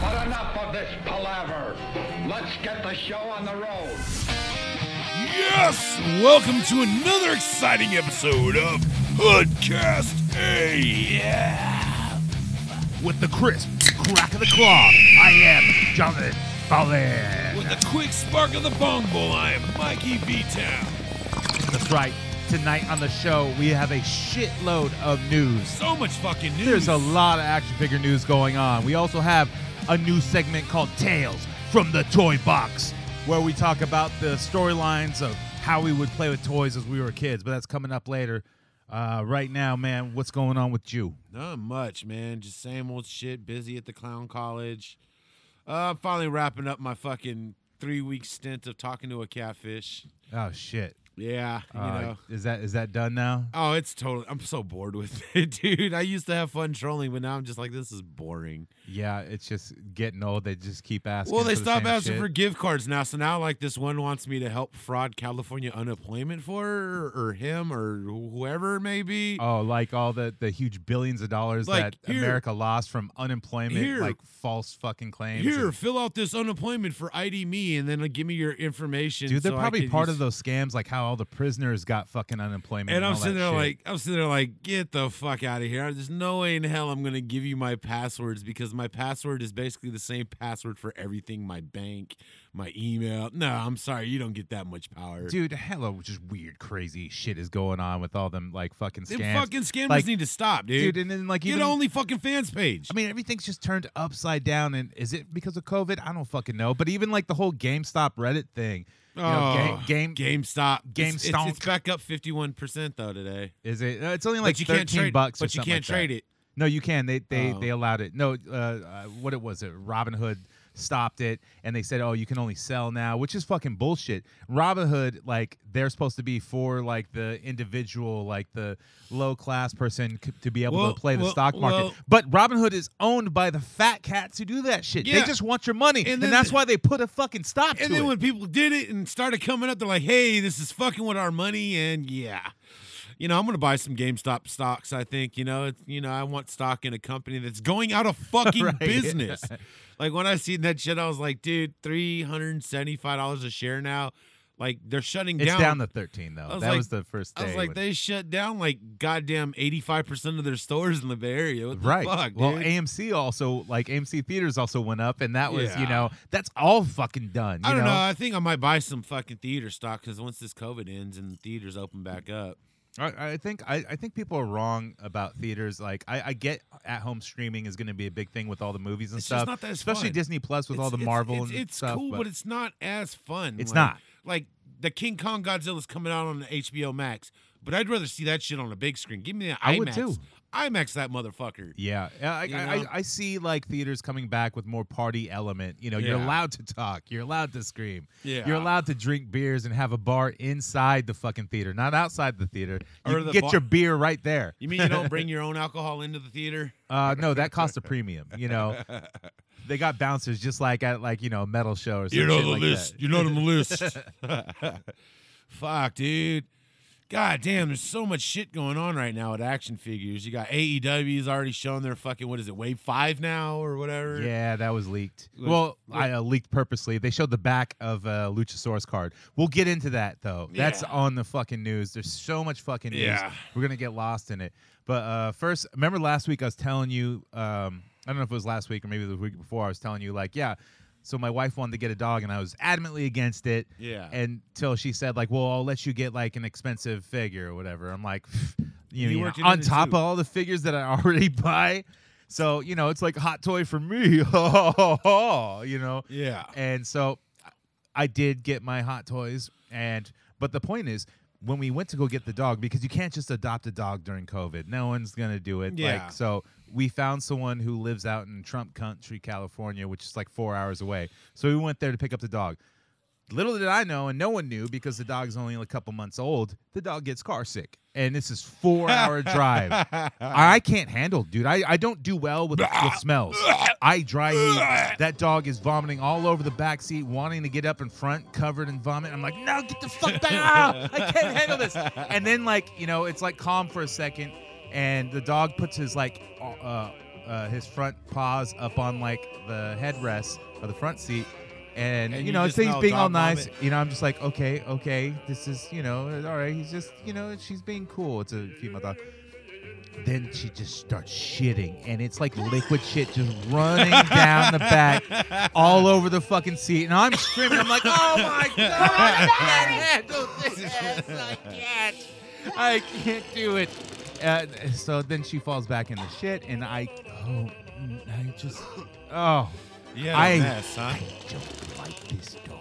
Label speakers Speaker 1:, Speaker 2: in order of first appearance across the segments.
Speaker 1: But enough of this palaver. Let's get the show on the road.
Speaker 2: Yes! Welcome to another exciting episode of Hoodcast A. Yeah!
Speaker 3: with the crisp crack of the claw. I am Jonathan Fowler.
Speaker 2: With the quick spark of the bong bowl, I am Mikey V Town.
Speaker 3: That's right. Tonight on the show, we have a shitload of news.
Speaker 2: So much fucking news.
Speaker 3: There's a lot of action figure news going on. We also have a new segment called Tales from the Toy Box, where we talk about the storylines of how we would play with toys as we were kids, but that's coming up later. Uh, right now, man, what's going on with you?
Speaker 4: Not much, man. Just same old shit. Busy at the clown college. Uh, I'm finally wrapping up my fucking three week stint of talking to a catfish.
Speaker 3: Oh shit!
Speaker 4: Yeah, you
Speaker 3: Uh,
Speaker 4: know.
Speaker 3: is that is that done now?
Speaker 4: Oh, it's totally. I'm so bored with it, dude. I used to have fun trolling, but now I'm just like, this is boring.
Speaker 3: Yeah, it's just getting old. They just keep asking.
Speaker 4: Well, they
Speaker 3: for the
Speaker 4: stop
Speaker 3: same
Speaker 4: asking
Speaker 3: shit.
Speaker 4: for gift cards now. So now, like, this one wants me to help fraud California unemployment for her or him or whoever it may be.
Speaker 3: Oh, like all the the huge billions of dollars
Speaker 4: Like,
Speaker 3: that
Speaker 4: here-
Speaker 3: America lost from unemployment,
Speaker 4: here-
Speaker 3: like false fucking claims.
Speaker 4: Here,
Speaker 3: and-
Speaker 4: fill out this unemployment for ID me, and then like, give me your information.
Speaker 3: dude, they're
Speaker 4: so I
Speaker 3: probably
Speaker 4: can
Speaker 3: part
Speaker 4: use-
Speaker 3: of those scams, like how all the prisoners got fucking unemployment.
Speaker 4: And I'm
Speaker 3: all that
Speaker 4: sitting there
Speaker 3: shit.
Speaker 4: like, I'm sitting there like, get the fuck out of here. There's no way in hell I'm gonna give you my passwords because my password is basically the same password for everything. My bank, my email. No, I'm sorry, you don't get that much power.
Speaker 3: dude, hella just weird, crazy shit is going on with all them like fucking
Speaker 4: Them
Speaker 3: scams.
Speaker 4: fucking scammers
Speaker 3: Like,
Speaker 4: need to stop, dude.
Speaker 3: dude, and then like
Speaker 4: get
Speaker 3: even
Speaker 4: only fucking fans page.
Speaker 3: I mean, everything's just turned upside down. And is it because of COVID? I don't fucking know. But even like the whole GameStop Reddit thing, you know,
Speaker 4: Oh,
Speaker 3: game, game
Speaker 4: GameStop. It's- It's,
Speaker 3: GameStonk.
Speaker 4: it's back up 51 percent though today.
Speaker 3: is it? uh, It's only like
Speaker 4: But you
Speaker 3: 13
Speaker 4: can't trade.
Speaker 3: bucks. or
Speaker 4: but you
Speaker 3: something
Speaker 4: can't
Speaker 3: like that.
Speaker 4: trade it.
Speaker 3: No, you can. They they
Speaker 4: Oh.
Speaker 3: they allowed it. No, uh, uh, what it was, it Robinhood stopped it, and they said, "Oh, you can only sell now," which is fucking bullshit. Robinhood, like they're supposed to be for like the individual, like the low class person c- to be able
Speaker 4: Well,
Speaker 3: to play the
Speaker 4: well,
Speaker 3: stock market.
Speaker 4: well-
Speaker 3: but Robinhood is owned by the fat cats who do that shit. They
Speaker 4: Yeah.
Speaker 3: just want your money,
Speaker 4: And
Speaker 3: and,
Speaker 4: then
Speaker 3: that's
Speaker 4: the-
Speaker 3: why they put a fucking stop
Speaker 4: And
Speaker 3: to
Speaker 4: then
Speaker 3: it.
Speaker 4: when people did it and started coming up, they're like, "Hey, this is fucking with our money," and yeah, you know, I'm gonna buy some GameStop stocks. I think you know, it's, you know, I want stock in a company that's going out of fucking
Speaker 3: Right.
Speaker 4: business. like when I seen that shit, I was like, "Dude, three hundred seventy-five dollars a share now." Like they're shutting
Speaker 3: it's
Speaker 4: down.
Speaker 3: down to thirteen though.
Speaker 4: I was
Speaker 3: that
Speaker 4: like-
Speaker 3: was the first. Day
Speaker 4: I was like,
Speaker 3: when-
Speaker 4: they shut down like goddamn eighty-five percent of their stores in the Bay Area. What the
Speaker 3: Right.
Speaker 4: fuck,
Speaker 3: well,
Speaker 4: dude?
Speaker 3: AMC also like AMC theaters also went up, and that was you
Speaker 4: Yeah.
Speaker 3: know that's all fucking done. You
Speaker 4: I don't know. I think I might buy some fucking theater stock because once this COVID ends and theaters open back up,
Speaker 3: I, I think I, I think people are wrong about theaters. Like I, I get at home streaming is going to be a big thing with all the movies and
Speaker 4: It's
Speaker 3: stuff,
Speaker 4: just not that it's
Speaker 3: especially
Speaker 4: fun.
Speaker 3: Disney Plus with all the
Speaker 4: It's-
Speaker 3: Marvel
Speaker 4: it's,
Speaker 3: and
Speaker 4: it's, it's
Speaker 3: stuff.
Speaker 4: cool, but, it's not as fun.
Speaker 3: It's
Speaker 4: Like-
Speaker 3: not.
Speaker 4: Like the King Kong Godzilla's coming out on HBO Max, but I'd rather see that shit on a big screen. Give me that
Speaker 3: I
Speaker 4: IMAX.
Speaker 3: would too.
Speaker 4: IMAX that motherfucker.
Speaker 3: yeah, yeah, I,
Speaker 4: You
Speaker 3: I, I,
Speaker 4: know?
Speaker 3: I see like theaters coming back with more party element. You know, you're
Speaker 4: Yeah.
Speaker 3: allowed to talk, you're allowed to scream,
Speaker 4: Yeah.
Speaker 3: you're allowed to drink beers and have a bar inside the fucking theater, not outside the theater. You
Speaker 4: Or
Speaker 3: can
Speaker 4: the
Speaker 3: get
Speaker 4: bar-
Speaker 3: your beer right there.
Speaker 4: You mean you don't bring your own alcohol into the theater?
Speaker 3: Uh, no, that costs a premium. You know, they got bouncers just like at like you know a metal show or something. like That.
Speaker 4: You're not on the list. Fuck, dude. God damn, there's so much shit going on right now at action figures. You got AEW's already showing their fucking what is it, wave five now or whatever.
Speaker 3: Yeah, that was leaked.
Speaker 4: Look-
Speaker 3: well, I uh, leaked purposely. They showed the back of a Luchasaurus card. We'll get into that though. That's
Speaker 4: Yeah.
Speaker 3: on the fucking news. There's so much fucking news.
Speaker 4: Yeah.
Speaker 3: We're gonna get lost in it. But uh, first, remember last week I was telling you. Um, I don't know if it was last week or maybe the week before. I was telling you like, yeah. So my wife wanted to get a dog, and I was adamantly against it.
Speaker 4: Yeah.
Speaker 3: Until she said like, well, I'll let you get like an expensive figure or whatever. I'm like, you,
Speaker 4: You
Speaker 3: know,
Speaker 4: worked it
Speaker 3: on
Speaker 4: into
Speaker 3: top
Speaker 4: two.
Speaker 3: of all the figures that I already buy. So, you know, it's like hot toy for me. you know.
Speaker 4: Yeah.
Speaker 3: And so I did get my hot toys and but the point is when we went to go get the dog because you can't just adopt a dog during COVID. No one's going to do it.
Speaker 4: Yeah.
Speaker 3: Like so we found someone who lives out in Trump Country, California, which is like 4 hours away. So we went there to pick up the dog. Little did I know, and no one knew because the dog's only a couple months old. The dog gets car sick, and this is four hour drive. I can't handle, dude. I, I don't do well with, with smells. I dry heat. That dog is vomiting all over the back seat, wanting to get up in front, covered in vomit. I'm like, no, get the fuck back! Ah, I can't handle this. And then like you know, it's like calm for a second, and the dog puts his like uh, uh, his front paws up on like the headrest of the front seat. And,
Speaker 4: And
Speaker 3: you
Speaker 4: you
Speaker 3: know,
Speaker 4: just
Speaker 3: so he's
Speaker 4: smell
Speaker 3: being all
Speaker 4: dog
Speaker 3: nice.
Speaker 4: vomit.
Speaker 3: You know, I'm just like, okay, okay, this is, you know, all right. He's just, you know, she's being cool. It's a female dog then she just starts shitting and it's like liquid shit just running down the back all over the fucking seat and i'm screaming i'm like oh my god i can't handle this i can't i can't do it uh, so then she falls back in the shit and i oh i just oh
Speaker 4: yeah,
Speaker 3: I-
Speaker 4: mess, huh?
Speaker 3: i don't like this dog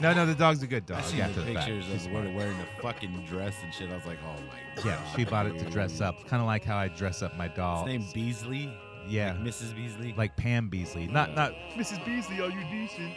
Speaker 3: no no the dog's a good dog
Speaker 4: I seen
Speaker 3: after
Speaker 4: the
Speaker 3: the fact.
Speaker 4: pictures
Speaker 3: She's
Speaker 4: of her wearing the fucking dress and shit. I was like, oh my god.
Speaker 3: yeah she bought it to dress up kind of like how i dress up my doll
Speaker 4: His name Beasley,
Speaker 3: yeah
Speaker 4: Mrs. Beasley.
Speaker 3: like Pam Beasley, not not Mrs. Beasley. Are you decent?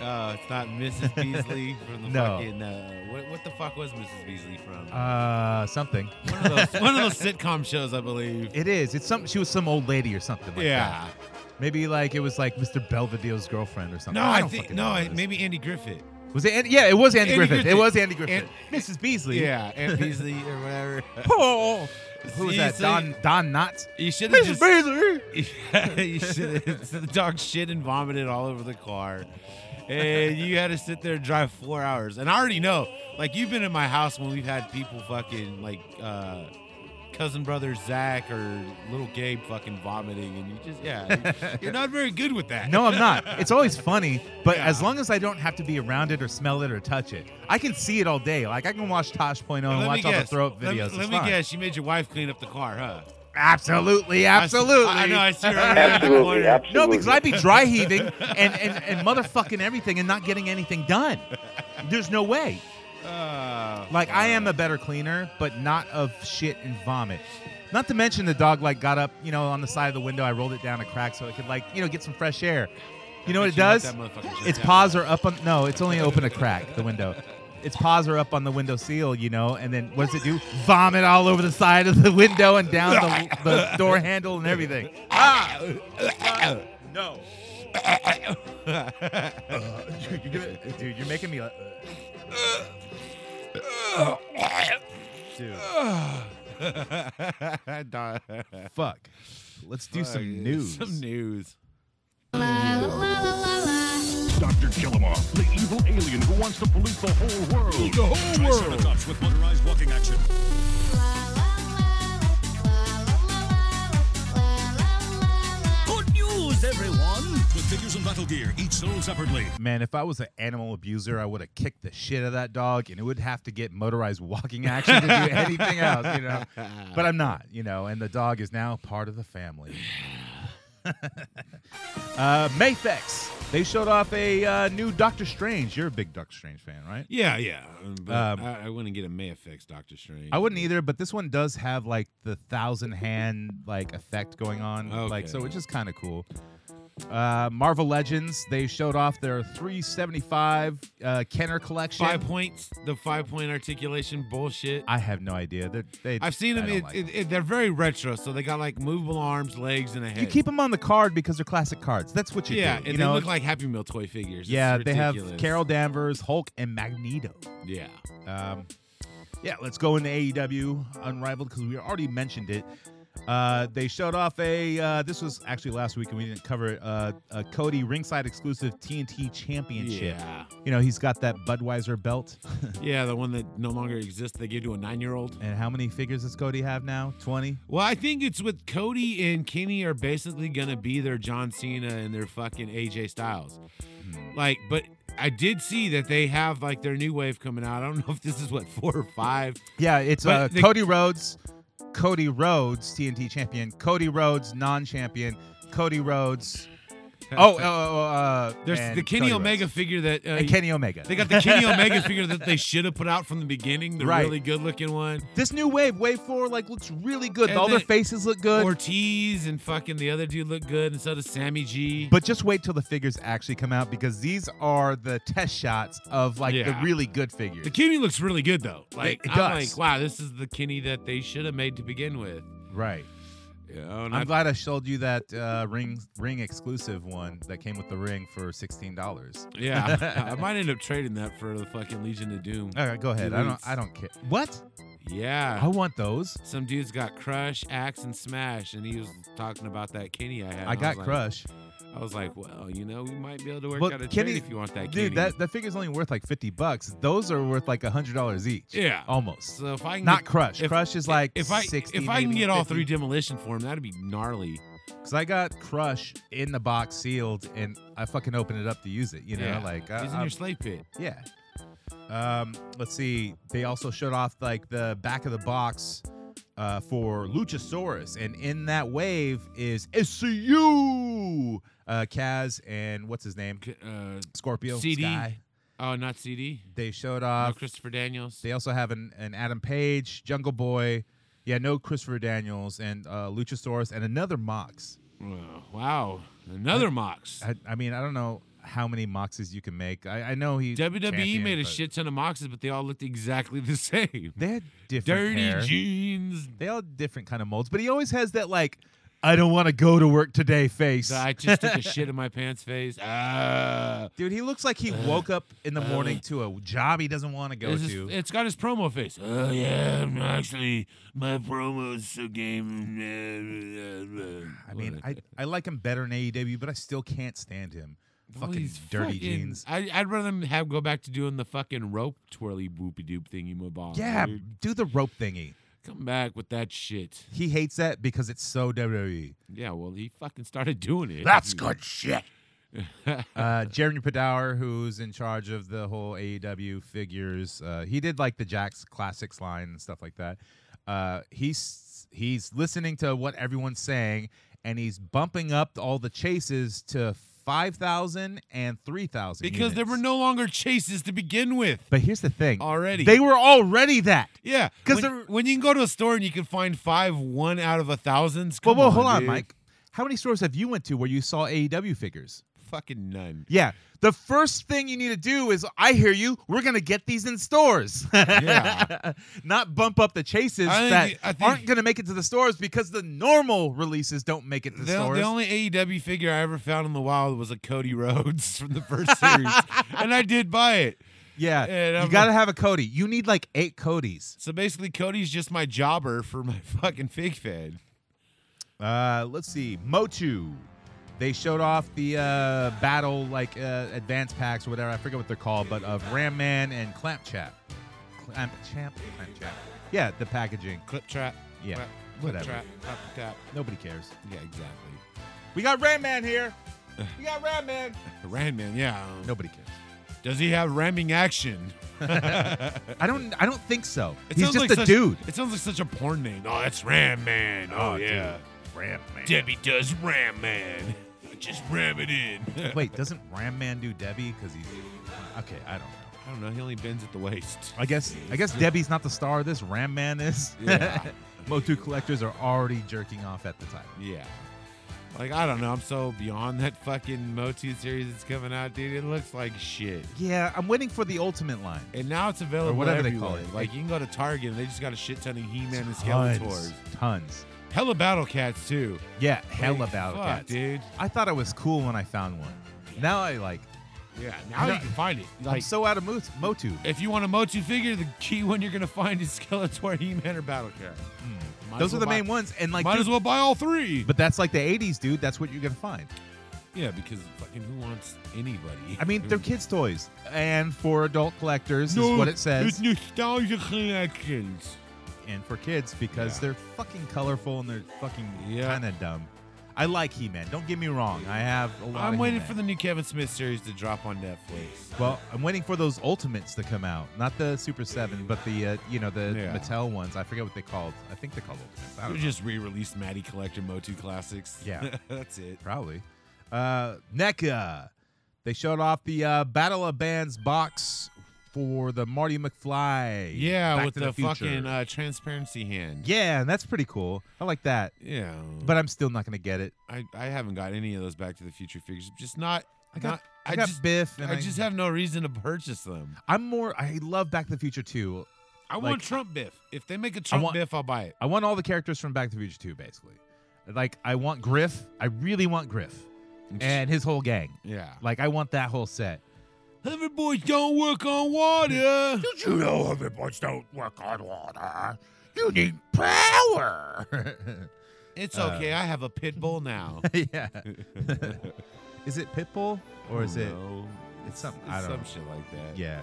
Speaker 4: uh, it's not Mrs. Beasley from the
Speaker 3: No.
Speaker 4: fucking. Uh, what, what the fuck was Mrs. Beasley from?
Speaker 3: Uh, something.
Speaker 4: one, of those, one of those sitcom shows, I believe.
Speaker 3: It is. It's some. She was some old lady or something. Like
Speaker 4: yeah.
Speaker 3: That. Maybe like it was like Mr. Belvede's girlfriend or something.
Speaker 4: No,
Speaker 3: I,
Speaker 4: I,
Speaker 3: don't
Speaker 4: think
Speaker 3: fucking
Speaker 4: no.
Speaker 3: know
Speaker 4: I,
Speaker 3: this.
Speaker 4: maybe Andy Griffith.
Speaker 3: was it? Andy, yeah, it was Andy,
Speaker 4: Andy
Speaker 3: Griffith. It
Speaker 4: Griffith.
Speaker 3: was Andy Griffith. Mrs. Beasley.
Speaker 4: Yeah, Aunt Beasley or whatever.
Speaker 3: Oh. Who was
Speaker 4: See,
Speaker 3: that?
Speaker 4: so
Speaker 3: Don
Speaker 4: you-
Speaker 3: Don Knotts.
Speaker 4: You should have
Speaker 3: Mrs.
Speaker 4: just.
Speaker 3: Beasley.
Speaker 4: you should the dog shit and vomited all over the car. And you had to sit there and drive four hours. And I already know, like you've been in my house when we've had people fucking like uh cousin brother Zach or little Gabe fucking vomiting and you just yeah. You're not very good with that.
Speaker 3: No, I'm not. It's always funny, but
Speaker 4: Yeah.
Speaker 3: as long as I don't have to be around it or smell it or touch it, I can see it all day. Like I can watch Tosh.0
Speaker 4: Now,
Speaker 3: and
Speaker 4: let me
Speaker 3: watch all the
Speaker 4: guess.
Speaker 3: throw up videos.
Speaker 4: Let me,
Speaker 3: It's
Speaker 4: let me
Speaker 3: fine.
Speaker 4: guess, you made your wife clean up the car, huh?
Speaker 3: Absolutely,
Speaker 4: I s-
Speaker 3: absolutely.
Speaker 4: I, I know. I see her over there in the
Speaker 5: Absolutely,
Speaker 4: corner.
Speaker 5: absolutely.
Speaker 3: No, because I'd be dry heaving and, and, and motherfucking everything and not getting anything done. There's no way.
Speaker 4: Uh,
Speaker 3: Like I am
Speaker 4: fuck.
Speaker 3: a better cleaner, but not of shit and vomit. Not to mention the dog like got up, you know, on the side of the window. I rolled it down a crack so it could like, you know, get some fresh air. You know what it
Speaker 4: Bet
Speaker 3: does?
Speaker 4: let that motherfucker shut
Speaker 3: Its
Speaker 4: down.
Speaker 3: paws are up on no, it's only open a crack, the window. Its paws are up on the window seal, you know, and then what does it do? Vomit all over the side of the window and down the, the door handle and everything. Ah! Uh, no. You're gonna- dude, you're making me. Uh, dude,
Speaker 4: Dog.
Speaker 3: fuck. Let's do
Speaker 4: Fuck,
Speaker 3: some
Speaker 4: yeah.
Speaker 3: news.
Speaker 4: Some news.
Speaker 6: Dr. Killamoff, the evil alien who wants to police the whole world. The whole world. Triceratops with motorized walking action. Good news, everyone. With figures and battle gear, each sold separately.
Speaker 3: Man, if I was an animal abuser, I would have kicked the shit out of that dog, and it would have to get motorized walking action to do anything else, you know. But I'm not, you know, and the dog is now part of the family. uh, Mayfex, they showed off a uh, new Doctor Strange. You're a big Doctor Strange fan, right?
Speaker 4: Yeah, yeah. um, but
Speaker 3: Um,
Speaker 4: I, I wouldn't get a May effects, Doctor Strange.
Speaker 3: I wouldn't either, but this one does have like the thousand hand like effect going on, like so,
Speaker 4: Okay.
Speaker 3: which is kind of cool. Uh, Marvel Legends, they showed off their 375 uh, Kenner collection.
Speaker 4: Five points. The five point articulation bullshit.
Speaker 3: I have no idea. They're, they,
Speaker 4: I've seen
Speaker 3: I
Speaker 4: them.
Speaker 3: don't
Speaker 4: It,
Speaker 3: like
Speaker 4: it, it- they're very retro, so they got like movable arms, legs, and a head.
Speaker 3: You keep them on the card because they're classic cards. That's what you
Speaker 4: yeah,
Speaker 3: do.
Speaker 4: and
Speaker 3: you
Speaker 4: they
Speaker 3: know?
Speaker 4: look like Happy Meal toy figures. It's
Speaker 3: yeah, they have
Speaker 4: ridiculous.
Speaker 3: Carol Danvers, Hulk, and Magneto.
Speaker 4: Yeah,
Speaker 3: Um, yeah, let's go into AEW Unrivaled because we already mentioned it. Uh, they showed off a. Uh, this was actually last week and we didn't cover it. Uh, a Cody ringside exclusive TNT championship.
Speaker 4: yeah,
Speaker 3: You know he's got that Budweiser belt.
Speaker 4: yeah. The one that no longer exists. They gave to a nine-year-old.
Speaker 3: And how many figures does Cody have now? Twenty.
Speaker 4: Well, I think it's with Cody and Kenny are basically gonna be their John Cena and their fucking AJ Styles.
Speaker 3: Hmm.
Speaker 4: Like, but I did see that they have like their new wave coming out. I don't know if this is what four or five.
Speaker 3: Yeah, it's
Speaker 4: But
Speaker 3: uh,
Speaker 4: the-
Speaker 3: Cody Rhodes, Cody Rhodes TNT champion, Cody Rhodes non-champion, Cody Rhodes Oh, oh, oh, uh,
Speaker 4: There's
Speaker 3: and
Speaker 4: the Kenny
Speaker 3: Cody
Speaker 4: Omega
Speaker 3: Rhodes.
Speaker 4: figure that uh,
Speaker 3: and Kenny Omega.
Speaker 4: they got the Kenny Omega figure that they should have put out from the beginning, the
Speaker 3: Right.
Speaker 4: really good looking one.
Speaker 3: this new wave, wave four, like looks really good.
Speaker 4: And
Speaker 3: All their
Speaker 4: then-
Speaker 3: faces look good.
Speaker 4: Ortiz and fucking the other dude look good, and so does Sammy G.
Speaker 3: But just wait till the figures actually come out because these are the test shots of like
Speaker 4: Yeah.
Speaker 3: the really good figures.
Speaker 4: the Kenny looks really good though. Like
Speaker 3: It
Speaker 4: I'm
Speaker 3: does.
Speaker 4: like, wow, this is the Kenny that they should have made to begin with.
Speaker 3: right.
Speaker 4: You know, and
Speaker 3: I'm
Speaker 4: I-
Speaker 3: glad I showed you that uh, ring ring exclusive one that came with the ring for sixteen dollars.
Speaker 4: yeah, I might end up trading that for the fucking Legion of Doom.
Speaker 3: All right, go ahead. I don't I don't care. What? I
Speaker 4: Yeah.
Speaker 3: want those.
Speaker 4: Some dude's got Crush, Axe, and Smash, and he was talking about that Kenny I had. and
Speaker 3: I
Speaker 4: was
Speaker 3: got
Speaker 4: like-
Speaker 3: Crush,
Speaker 4: I was like, well, you know, we might be able to work
Speaker 3: But
Speaker 4: out a
Speaker 3: Kenny-
Speaker 4: trade if you want that Kenny.
Speaker 3: dude. That that figure's only worth like fifty bucks. Those are worth like hundred dollars each.
Speaker 4: Yeah.
Speaker 3: almost.
Speaker 4: So if I can
Speaker 3: Not
Speaker 4: get-
Speaker 3: Crush.
Speaker 4: if-
Speaker 3: Crush is like
Speaker 4: if I
Speaker 3: 60,
Speaker 4: if I can
Speaker 3: maybe
Speaker 4: get all
Speaker 3: 50.
Speaker 4: three demolition for him, that'd be gnarly.
Speaker 3: Cause I got Crush in the box sealed, and I fucking opened it up to use it. You know,
Speaker 4: yeah,
Speaker 3: like uh, I,
Speaker 4: he's in
Speaker 3: I'm-
Speaker 4: your slave pit.
Speaker 3: yeah. Um, let's see. They also showed off like the back of the box uh, for Luchasaurus, and in that wave is SCU, uh, Kaz, and what's his name,
Speaker 4: C- Uh,
Speaker 3: Scorpio
Speaker 4: CD.
Speaker 3: Sky.
Speaker 4: oh, not CD.
Speaker 3: They showed
Speaker 4: No,
Speaker 3: off.
Speaker 4: Christopher Daniels.
Speaker 3: They also have an, an Adam Page, Jungle Boy. Yeah, no Christopher Daniels and uh, Luchasaurus, and another Mox.
Speaker 4: Oh, wow, another Mox.
Speaker 3: I, I mean, I don't know how many moxes you can make. I, I know he
Speaker 4: WWE
Speaker 3: champion,
Speaker 4: E made a
Speaker 3: but
Speaker 4: shit ton of Moxes, but they all looked exactly the same.
Speaker 3: They had different
Speaker 4: Dirty
Speaker 3: hair.
Speaker 4: jeans.
Speaker 3: They all had different kind of molds, but he always has that like, I don't want to go to work today face.
Speaker 4: So I just took a shit in my pants face. Ah,
Speaker 3: Dude, he looks like he woke up in the morning to a job he doesn't want to go
Speaker 4: This is-
Speaker 3: to.
Speaker 4: it's got his promo face. Oh yeah, I'm actually, my promo's so game. I
Speaker 3: I mean, I, I like him better in AEW, but I still can't stand him.
Speaker 4: Well,
Speaker 3: fucking
Speaker 4: he's
Speaker 3: dirty
Speaker 4: fucking-
Speaker 3: jeans.
Speaker 4: I, I'd rather him have go back to doing the fucking rope twirly boopy doop thingy my ball.
Speaker 3: Yeah,
Speaker 4: dude.
Speaker 3: do the rope thingy.
Speaker 4: come back with that shit.
Speaker 3: He hates that because it's so E. WWE.
Speaker 4: Yeah, well, he fucking started doing it.
Speaker 3: shit. uh, Jeremy Padour, who's in charge of the whole AEW figures, uh, he did like the Jack's Classics line and stuff like that. Uh, he's he's listening to what everyone's saying, and he's bumping up all the chases to five thousand and three thousand
Speaker 4: Because there were no longer chases to begin with.
Speaker 3: But here's the thing.
Speaker 4: Already.
Speaker 3: they were already that.
Speaker 4: Yeah, when,
Speaker 3: 'Cause there-
Speaker 4: when you can go to a store and you can find five one out of a thousands.
Speaker 3: Whoa,
Speaker 4: come
Speaker 3: whoa, hold on,
Speaker 4: dude.
Speaker 3: Mike. How many stores have you went to where you saw AEW figures?
Speaker 4: Fucking none.
Speaker 3: Yeah. The first thing you need to do is, I hear you. We're gonna get these in stores.
Speaker 4: Yeah.
Speaker 3: Not bump up the chases
Speaker 4: I think
Speaker 3: that
Speaker 4: the- I think-
Speaker 3: aren't gonna make it to the stores because the normal releases don't make it to
Speaker 4: The,
Speaker 3: the stores.
Speaker 4: the only AEW figure I ever found in the wild was a Cody Rhodes from the first series, and I did buy it. And
Speaker 3: yeah. You
Speaker 4: I'm
Speaker 3: gotta
Speaker 4: like-
Speaker 3: have a Cody. You need like eight Codys.
Speaker 4: So basically, Cody's just my jobber for my fucking fig fed.
Speaker 3: Uh, let's see. Motu. They showed off the uh, battle like uh, advance packs or whatever. I forget what they're called, but of Ram Man and Clamp Chap. Clamp Champ. Clamp Chap. Yeah, the packaging.
Speaker 4: Clip trap.
Speaker 3: Yeah,
Speaker 4: clap,
Speaker 3: whatever.
Speaker 4: Clip trap. clap, clap.
Speaker 3: Nobody cares.
Speaker 4: Yeah, exactly.
Speaker 3: We got Ram Man here. We got Ram Man.
Speaker 4: Ran man. Yeah.
Speaker 3: Nobody cares.
Speaker 4: Does he have ramming action?
Speaker 3: I don't. I don't think so.
Speaker 4: It
Speaker 3: He's
Speaker 4: sounds
Speaker 3: just
Speaker 4: like
Speaker 3: a
Speaker 4: such-
Speaker 3: dude.
Speaker 4: It sounds like such a porn name. Oh, that's Ram Man. Oh, yeah.
Speaker 3: Ram Man.
Speaker 4: Debbie does Ram Man. Just ram it in.
Speaker 3: Wait, doesn't Ram Man do Debbie? Because he's okay. I don't. know.
Speaker 4: I don't know. He only bends at the waist.
Speaker 3: I guess. I guess Debbie's not the star. of This Ram Man is.
Speaker 4: Yeah.
Speaker 3: Motu collectors are already jerking off at the time.
Speaker 4: Yeah. Like I don't know. I'm so beyond that fucking Motu series that's coming out, dude. It looks like shit.
Speaker 3: Yeah, I'm waiting for the ultimate line.
Speaker 4: And now it's available
Speaker 3: whatever they
Speaker 4: everywhere.
Speaker 3: call it.
Speaker 4: Like you can go to Target and they just got a shit ton of He-Man and Skeletors.
Speaker 3: Tons.
Speaker 4: Hella Battle Cats too.
Speaker 3: Yeah, hella
Speaker 4: Like,
Speaker 3: battle
Speaker 4: fuck,
Speaker 3: cats.
Speaker 4: dude.
Speaker 3: I thought it was cool when I found one. Now I like.
Speaker 4: Yeah. Now
Speaker 3: No.
Speaker 4: you can find it.
Speaker 3: I'm
Speaker 4: Like
Speaker 3: so out of mo- Motu.
Speaker 4: if you want a Motu figure, the key one you're gonna find is Skeletor, He-Man, or Battle Cat. Hmm. Might
Speaker 3: Those
Speaker 4: as
Speaker 3: are
Speaker 4: well
Speaker 3: the
Speaker 4: buy-
Speaker 3: main ones, and like,
Speaker 4: Might
Speaker 3: dude,
Speaker 4: as well buy all three.
Speaker 3: but that's like the '80s, dude. That's what you're gonna find.
Speaker 4: Yeah, because fucking who wants anybody?
Speaker 3: I mean, they're kids' toys, and for adult collectors
Speaker 4: Mm. No,
Speaker 3: is what it says,
Speaker 4: It's nostalgia collections.
Speaker 3: and for kids because
Speaker 4: Yeah.
Speaker 3: they're fucking colorful and they're fucking
Speaker 4: Yeah.
Speaker 3: kind of dumb. I like He-Man. Don't get me wrong. I have a lot.
Speaker 4: I'm
Speaker 3: of
Speaker 4: waiting
Speaker 3: He-Man.
Speaker 4: for the new Kevin Smith series to drop on Netflix.
Speaker 3: Well, I'm waiting for those ultimates to come out, not the Super Seven, but the uh, you know the
Speaker 4: Yeah.
Speaker 3: Mattel ones. I forget what they called. I think they called ultimates. I
Speaker 4: We
Speaker 3: don't know.
Speaker 4: just re-released Matty Collector Motu Classics.
Speaker 3: Yeah.
Speaker 4: that's it.
Speaker 3: Probably. Uh, NECA. They showed off the uh, Battle of Bands box for the Marty McFly.
Speaker 4: Yeah,
Speaker 3: Back
Speaker 4: with
Speaker 3: to
Speaker 4: the,
Speaker 3: Future.
Speaker 4: fucking uh, transparency hand.
Speaker 3: yeah, and that's pretty cool. I like that.
Speaker 4: Yeah.
Speaker 3: But I'm still not gonna get it.
Speaker 4: I, I haven't got any of those Back to the Future figures. Just not.
Speaker 3: I got
Speaker 4: not-
Speaker 3: I, got
Speaker 4: just,
Speaker 3: Biff, and
Speaker 4: I just have no reason to purchase them.
Speaker 3: I'm more. I love Back to the Future 2.
Speaker 4: I
Speaker 3: Like-
Speaker 4: want Trump Biff. If they make a Trump
Speaker 3: want-
Speaker 4: Biff, I'll buy it.
Speaker 3: I want all the characters from Back to the Future 2, basically. Like I want Griff. I really want Griff and his whole gang.
Speaker 4: yeah.
Speaker 3: Like I want that whole set.
Speaker 4: Hoverboards don't work on water.
Speaker 3: Did you know hoverboards don't work on water? You need power.
Speaker 4: It's
Speaker 3: Uh,
Speaker 4: okay. I have a pit bull now.
Speaker 3: yeah. is it Pitbull or is it?
Speaker 4: No.
Speaker 3: It's something I don't.
Speaker 4: some
Speaker 3: know.
Speaker 4: shit like that.
Speaker 3: Yeah.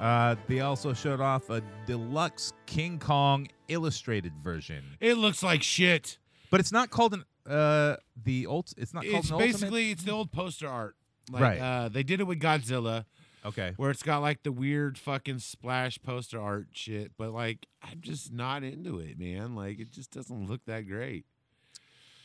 Speaker 3: Uh, they also showed off a deluxe King Kong illustrated version,
Speaker 4: It looks like shit.
Speaker 3: but it's not called an uh the ult. It's not called
Speaker 4: It's
Speaker 3: an ultimate?
Speaker 4: basically it's the old poster art. Like
Speaker 3: Right.
Speaker 4: uh they did it with Godzilla
Speaker 3: okay.
Speaker 4: where it's got like the weird fucking splash poster art shit, but like I'm just not into it, man. Like it just doesn't look that great.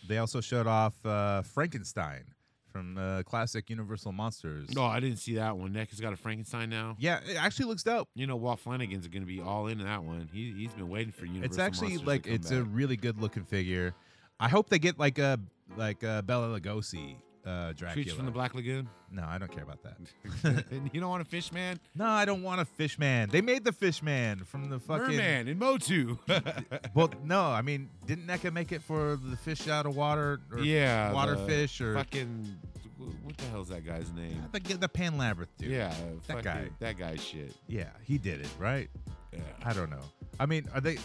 Speaker 3: They also showed off uh, Frankenstein from uh, classic Universal Monsters.
Speaker 4: No, Oh, I didn't see that one. Nick has got a Frankenstein now.
Speaker 3: Yeah, it actually looks dope.
Speaker 4: You know, Walt Flanagan's going to be all in that one. He he's been waiting for Universal.
Speaker 3: it's actually
Speaker 4: Monsters to
Speaker 3: like
Speaker 4: come
Speaker 3: it's a
Speaker 4: back.
Speaker 3: really good looking figure. I hope they get like a like a Bella Lugosi uh, Dracula.
Speaker 4: creature from the Black Lagoon.
Speaker 3: No, I don't care about that.
Speaker 4: and you don't want a fish man,
Speaker 3: No, I don't want a fish man. They made the fish man from the fucking.
Speaker 4: merman, and Motu.
Speaker 3: Well, no, I mean, didn't NECA make it for the fish out of water? Or
Speaker 4: yeah,
Speaker 3: water
Speaker 4: the
Speaker 3: fish or
Speaker 4: fucking what the hell's that guy's name?
Speaker 3: the the Pan Labyrinth dude.
Speaker 4: Yeah, fucking,
Speaker 3: guy.
Speaker 4: That guy shit.
Speaker 3: yeah, he did it right.
Speaker 4: Yeah.
Speaker 3: I don't know. I mean, are they?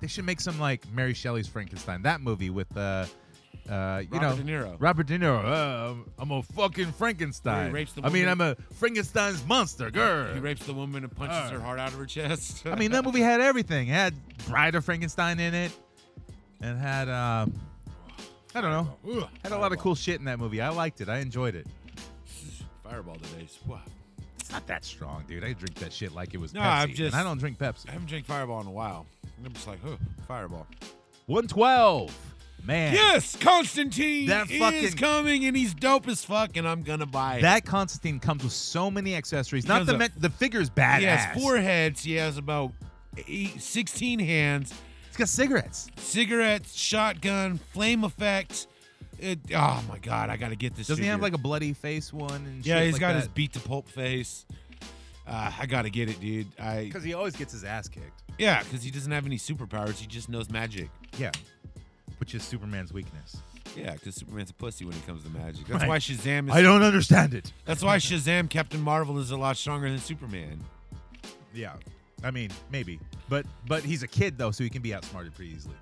Speaker 3: They should make some like Mary Shelley's Frankenstein, that movie with uh, uh, you
Speaker 4: Robert
Speaker 3: know,
Speaker 4: De Niro.
Speaker 3: Robert De Niro. Uh, I'm- I'm a fucking Frankenstein.
Speaker 4: Where he rapes the
Speaker 3: I mean, I'm
Speaker 4: woman.
Speaker 3: a Frankenstein's monster girl.
Speaker 4: He rapes the woman and punches
Speaker 3: Uh.
Speaker 4: her heart out of her chest.
Speaker 3: I mean, that movie had everything. It had Bride of Frankenstein in it, and had uh, I don't know, had a lot of cool shit in that movie. I liked it. I enjoyed it.
Speaker 4: Fireball today. Wow.
Speaker 3: It's not that strong, dude. I drink that shit like it was
Speaker 4: No,
Speaker 3: Pepsi,
Speaker 4: I'm
Speaker 3: and
Speaker 4: just-
Speaker 3: I don't drink Pepsi.
Speaker 4: I haven't drank Fireball in a while. And I'm just like, huh, Fireball.
Speaker 3: One twelve, man.
Speaker 4: Yes, Constantine
Speaker 3: That
Speaker 4: is
Speaker 3: fucking-
Speaker 4: coming and he's dope as fuck and I'm gonna buy it.
Speaker 3: That Constantine comes with so many accessories. Not
Speaker 4: Because
Speaker 3: the
Speaker 4: of-
Speaker 3: men- the figure's badass.
Speaker 4: he has four heads. He has about eight, 16 hands,
Speaker 3: It's got cigarettes.
Speaker 4: cigarettes, shotgun, flame effect. It, oh my god, I gotta get this.
Speaker 3: Doesn't he have
Speaker 4: figure.
Speaker 3: like a bloody face one? And
Speaker 4: Yeah,
Speaker 3: he's
Speaker 4: he's got his beat to pulp face. Uh, I gotta get it, dude. I
Speaker 3: because he always gets his ass kicked.
Speaker 4: yeah, because he doesn't have any superpowers. He just knows magic.
Speaker 3: Yeah, which is Superman's weakness.
Speaker 4: Yeah, because Superman's a pussy when it comes to magic. That's
Speaker 3: Right.
Speaker 4: why Shazam is.
Speaker 3: I don't understand it.
Speaker 4: That's why Shazam, Captain Marvel, is a lot stronger than Superman.
Speaker 3: Yeah, I mean maybe, but but he's a kid though, so he can be outsmarted pretty easily.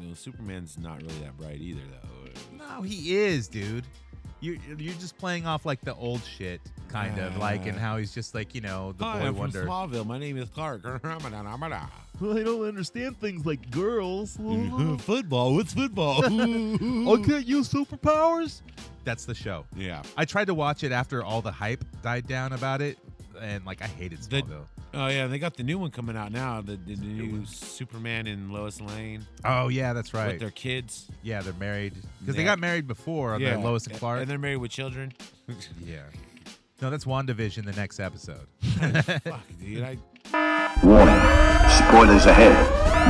Speaker 4: You know, Superman's not really that bright either, though.
Speaker 3: No, he is, dude. You you're just playing off like the old shit, kind of like, and how he's just like you know the
Speaker 4: Hi,
Speaker 3: boy
Speaker 4: I'm
Speaker 3: wonder.
Speaker 4: from Smallville. My name is Clark. Football.
Speaker 3: well, I don't understand things like girls.
Speaker 4: What's football?
Speaker 3: I can't use superpowers. That's the show.
Speaker 4: yeah.
Speaker 3: I tried to watch it after all the hype died down about it, and like I hated
Speaker 4: The-
Speaker 3: Smallville.
Speaker 4: Oh yeah, they got the new one coming out now. The, the, the new Superman and Lois Lane
Speaker 3: oh yeah, that's right.
Speaker 4: with their kids.
Speaker 3: yeah, they're married because they
Speaker 4: Yeah.
Speaker 3: got married before on their Lois and Clark.
Speaker 4: And they're married with children.
Speaker 3: yeah. No, that's WandaVision, the next episode.
Speaker 4: Fuck, dude. I,
Speaker 5: Warning, spoilers ahead.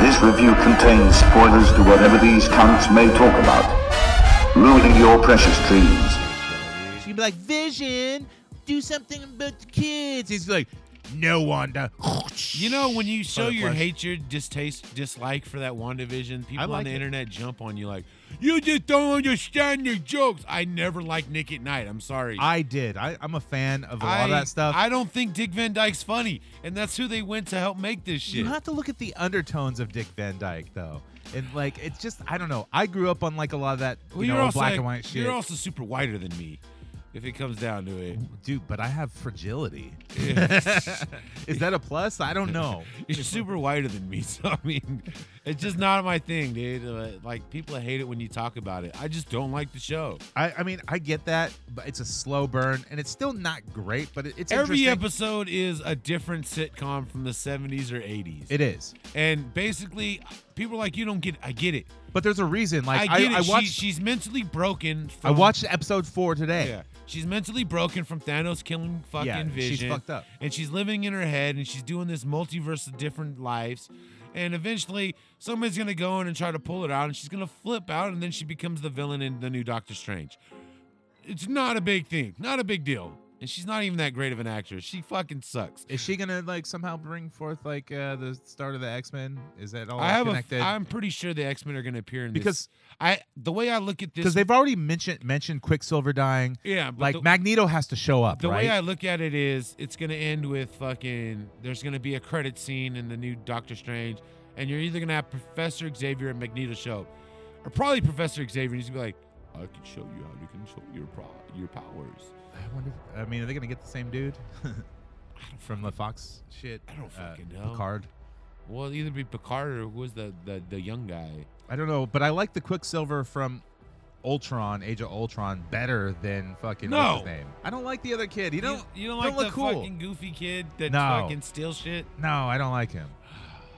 Speaker 5: This review contains spoilers to whatever these cunts may talk about, ruining your precious dreams.
Speaker 3: She'd be like, Vision, do something about the kids. He's like, no, Wanda.
Speaker 4: you know, when you show
Speaker 3: Toilet
Speaker 4: your
Speaker 3: flush.
Speaker 4: hatred, distaste, dislike for that WandaVision, people
Speaker 3: like
Speaker 4: on the
Speaker 3: it.
Speaker 4: internet jump on you like, you just don't understand your jokes. I never liked Nick at Night. I'm sorry.
Speaker 3: I did. I, I'm a fan of a lot of
Speaker 4: I-
Speaker 3: that stuff.
Speaker 4: I don't think Dick Van Dyke's funny, and that's who they went to help make this shit.
Speaker 3: You have to look at the undertones of Dick Van Dyke, though. And like, it's just, I don't know. I grew up on like a lot of that, you
Speaker 4: Well,
Speaker 3: know,
Speaker 4: you're also
Speaker 3: black
Speaker 4: like-
Speaker 3: and white shit.
Speaker 4: You're also super whiter than me, if it comes down to it.
Speaker 3: Dude, but I have fragility. Is that a plus? I don't know.
Speaker 4: You're super whiter than me, so I mean, it's just not my thing, dude. Uh, Like people hate it when you talk about it. I just don't like the show.
Speaker 3: I, I mean, I get that, but it's a slow burn, and it's still not great. But it, it's
Speaker 4: Every
Speaker 3: interesting.
Speaker 4: episode is a different sitcom from the 70s or 80s.
Speaker 3: It is.
Speaker 4: and basically, people are like, you don't get. It. I get it.
Speaker 3: But there's a reason. Like
Speaker 4: I get it.
Speaker 3: I,
Speaker 4: She-
Speaker 3: watched
Speaker 4: she's mentally broken.
Speaker 3: I
Speaker 4: From,
Speaker 3: watched episode four today.
Speaker 4: Yeah, she's mentally broken from Thanos killing fucking
Speaker 3: Yeah, she's
Speaker 4: Vision.
Speaker 3: fucked up.
Speaker 4: and she's living in her head, and she's doing this multiverse of different lives. And eventually, somebody's gonna go in and try to pull it out, and she's gonna flip out, and then she becomes the villain in the new Doctor Strange. It's not a big thing, not a big deal, and she's not even that great of an actress. She fucking sucks.
Speaker 3: Is she gonna like somehow bring forth like uh, the start of the X Men? Is that all
Speaker 4: I have
Speaker 3: connected?
Speaker 4: a. I'm pretty sure the X Men are gonna appear in this.
Speaker 3: Because-
Speaker 4: I the way I look at this.
Speaker 3: Because they've already mentioned mentioned Quicksilver dying.
Speaker 4: yeah, but
Speaker 3: Like
Speaker 4: the-
Speaker 3: Magneto has to show up,
Speaker 4: The
Speaker 3: right?
Speaker 4: way I look at it is, it's gonna end with fucking. There's gonna be a credit scene in the new Doctor Strange, and you're either gonna have Professor Xavier and Magneto show, up, or probably Professor Xavier. and He's gonna be like, "I can show you how to control your pro- your powers."
Speaker 3: I wonder. If, I mean, are they gonna get the same dude from the Fox shit?
Speaker 4: I don't
Speaker 3: uh,
Speaker 4: fucking know.
Speaker 3: Picard.
Speaker 4: Well, it'll either be Picard or who's the the, the young guy?
Speaker 3: I don't know, but I like the Quicksilver from Ultron, Age of Ultron, better than fucking what's
Speaker 4: No.
Speaker 3: his name. I don't like the other kid. He don't.
Speaker 4: you don't
Speaker 3: don't
Speaker 4: like
Speaker 3: look
Speaker 4: the
Speaker 3: cool.
Speaker 4: fucking goofy kid that
Speaker 3: No.
Speaker 4: fucking steals shit?
Speaker 3: No, I don't like him.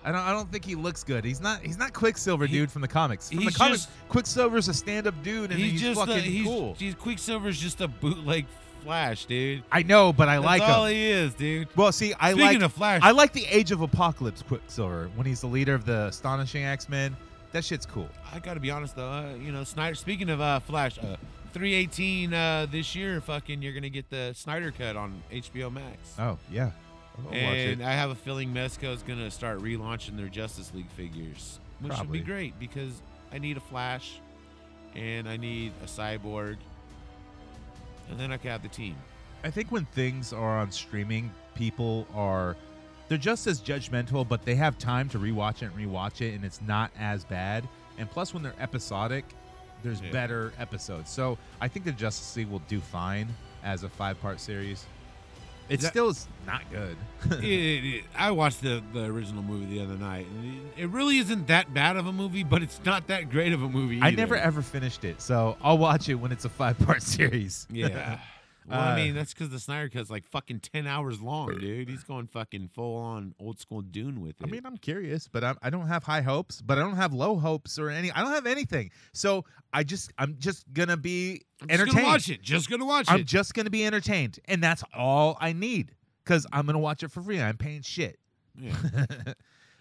Speaker 3: I don't. I don't think he looks good. He's not. He's not Quicksilver, dude, from the comics. From the
Speaker 4: he's
Speaker 3: comics,
Speaker 4: just-
Speaker 3: Quicksilver's a stand-up dude, and he's,
Speaker 4: he's just
Speaker 3: fucking
Speaker 4: a, he's,
Speaker 3: cool.
Speaker 4: he's Quicksilver's just a bootleg Flash, dude.
Speaker 3: I know, but I
Speaker 4: That's
Speaker 3: like
Speaker 4: all
Speaker 3: him.
Speaker 4: he is, dude.
Speaker 3: Well, see, I
Speaker 4: Speaking
Speaker 3: like
Speaker 4: of Flash,
Speaker 3: I like the Age of Apocalypse Quicksilver when he's the leader of the Astonishing X Men. That shit's cool.
Speaker 4: I gotta be honest though, uh, you know, Snyder. Speaking of uh, Flash, uh, 318 uh, this year, fucking, you're gonna get the Snyder cut on HBO Max.
Speaker 3: Oh yeah, I'll
Speaker 4: and
Speaker 3: watch it.
Speaker 4: I have a feeling Mezco is gonna start relaunching their Justice League figures, which would
Speaker 3: Probably.
Speaker 4: be great because I need a Flash, and I need a Cyborg, and then I could have the team.
Speaker 3: I think when things are on streaming, people are they're just as judgmental, but they have time to rewatch it and rewatch it, and it's not as bad. And plus, when they're episodic, there's
Speaker 4: Yeah.
Speaker 3: better episodes. So I think the Justice League will do fine as a five-part series. It
Speaker 4: That-
Speaker 3: still is not good.
Speaker 4: it, it, it- I watched the, the original movie the other night, and it, it really isn't that bad of a movie, but it's not that great of a movie.
Speaker 3: I
Speaker 4: either.
Speaker 3: never ever finished it, so I'll watch it when it's a five-part series.
Speaker 4: Yeah. Well,
Speaker 3: Uh,
Speaker 4: I mean, that's because the Snyder Cut's like fucking 10 hours long, dude. He's going fucking full on old school Dune with it.
Speaker 3: I mean, I'm curious, but I'm, I don't have high hopes, but I don't have low hopes or any. I don't have anything. So I just, I'm just gonna be
Speaker 4: I'm just
Speaker 3: entertained.
Speaker 4: gonna watch it. Just gonna watch
Speaker 3: I'm
Speaker 4: it.
Speaker 3: just gonna be entertained, and that's all I need because I'm gonna watch it for free. I'm paying shit.
Speaker 4: Yeah.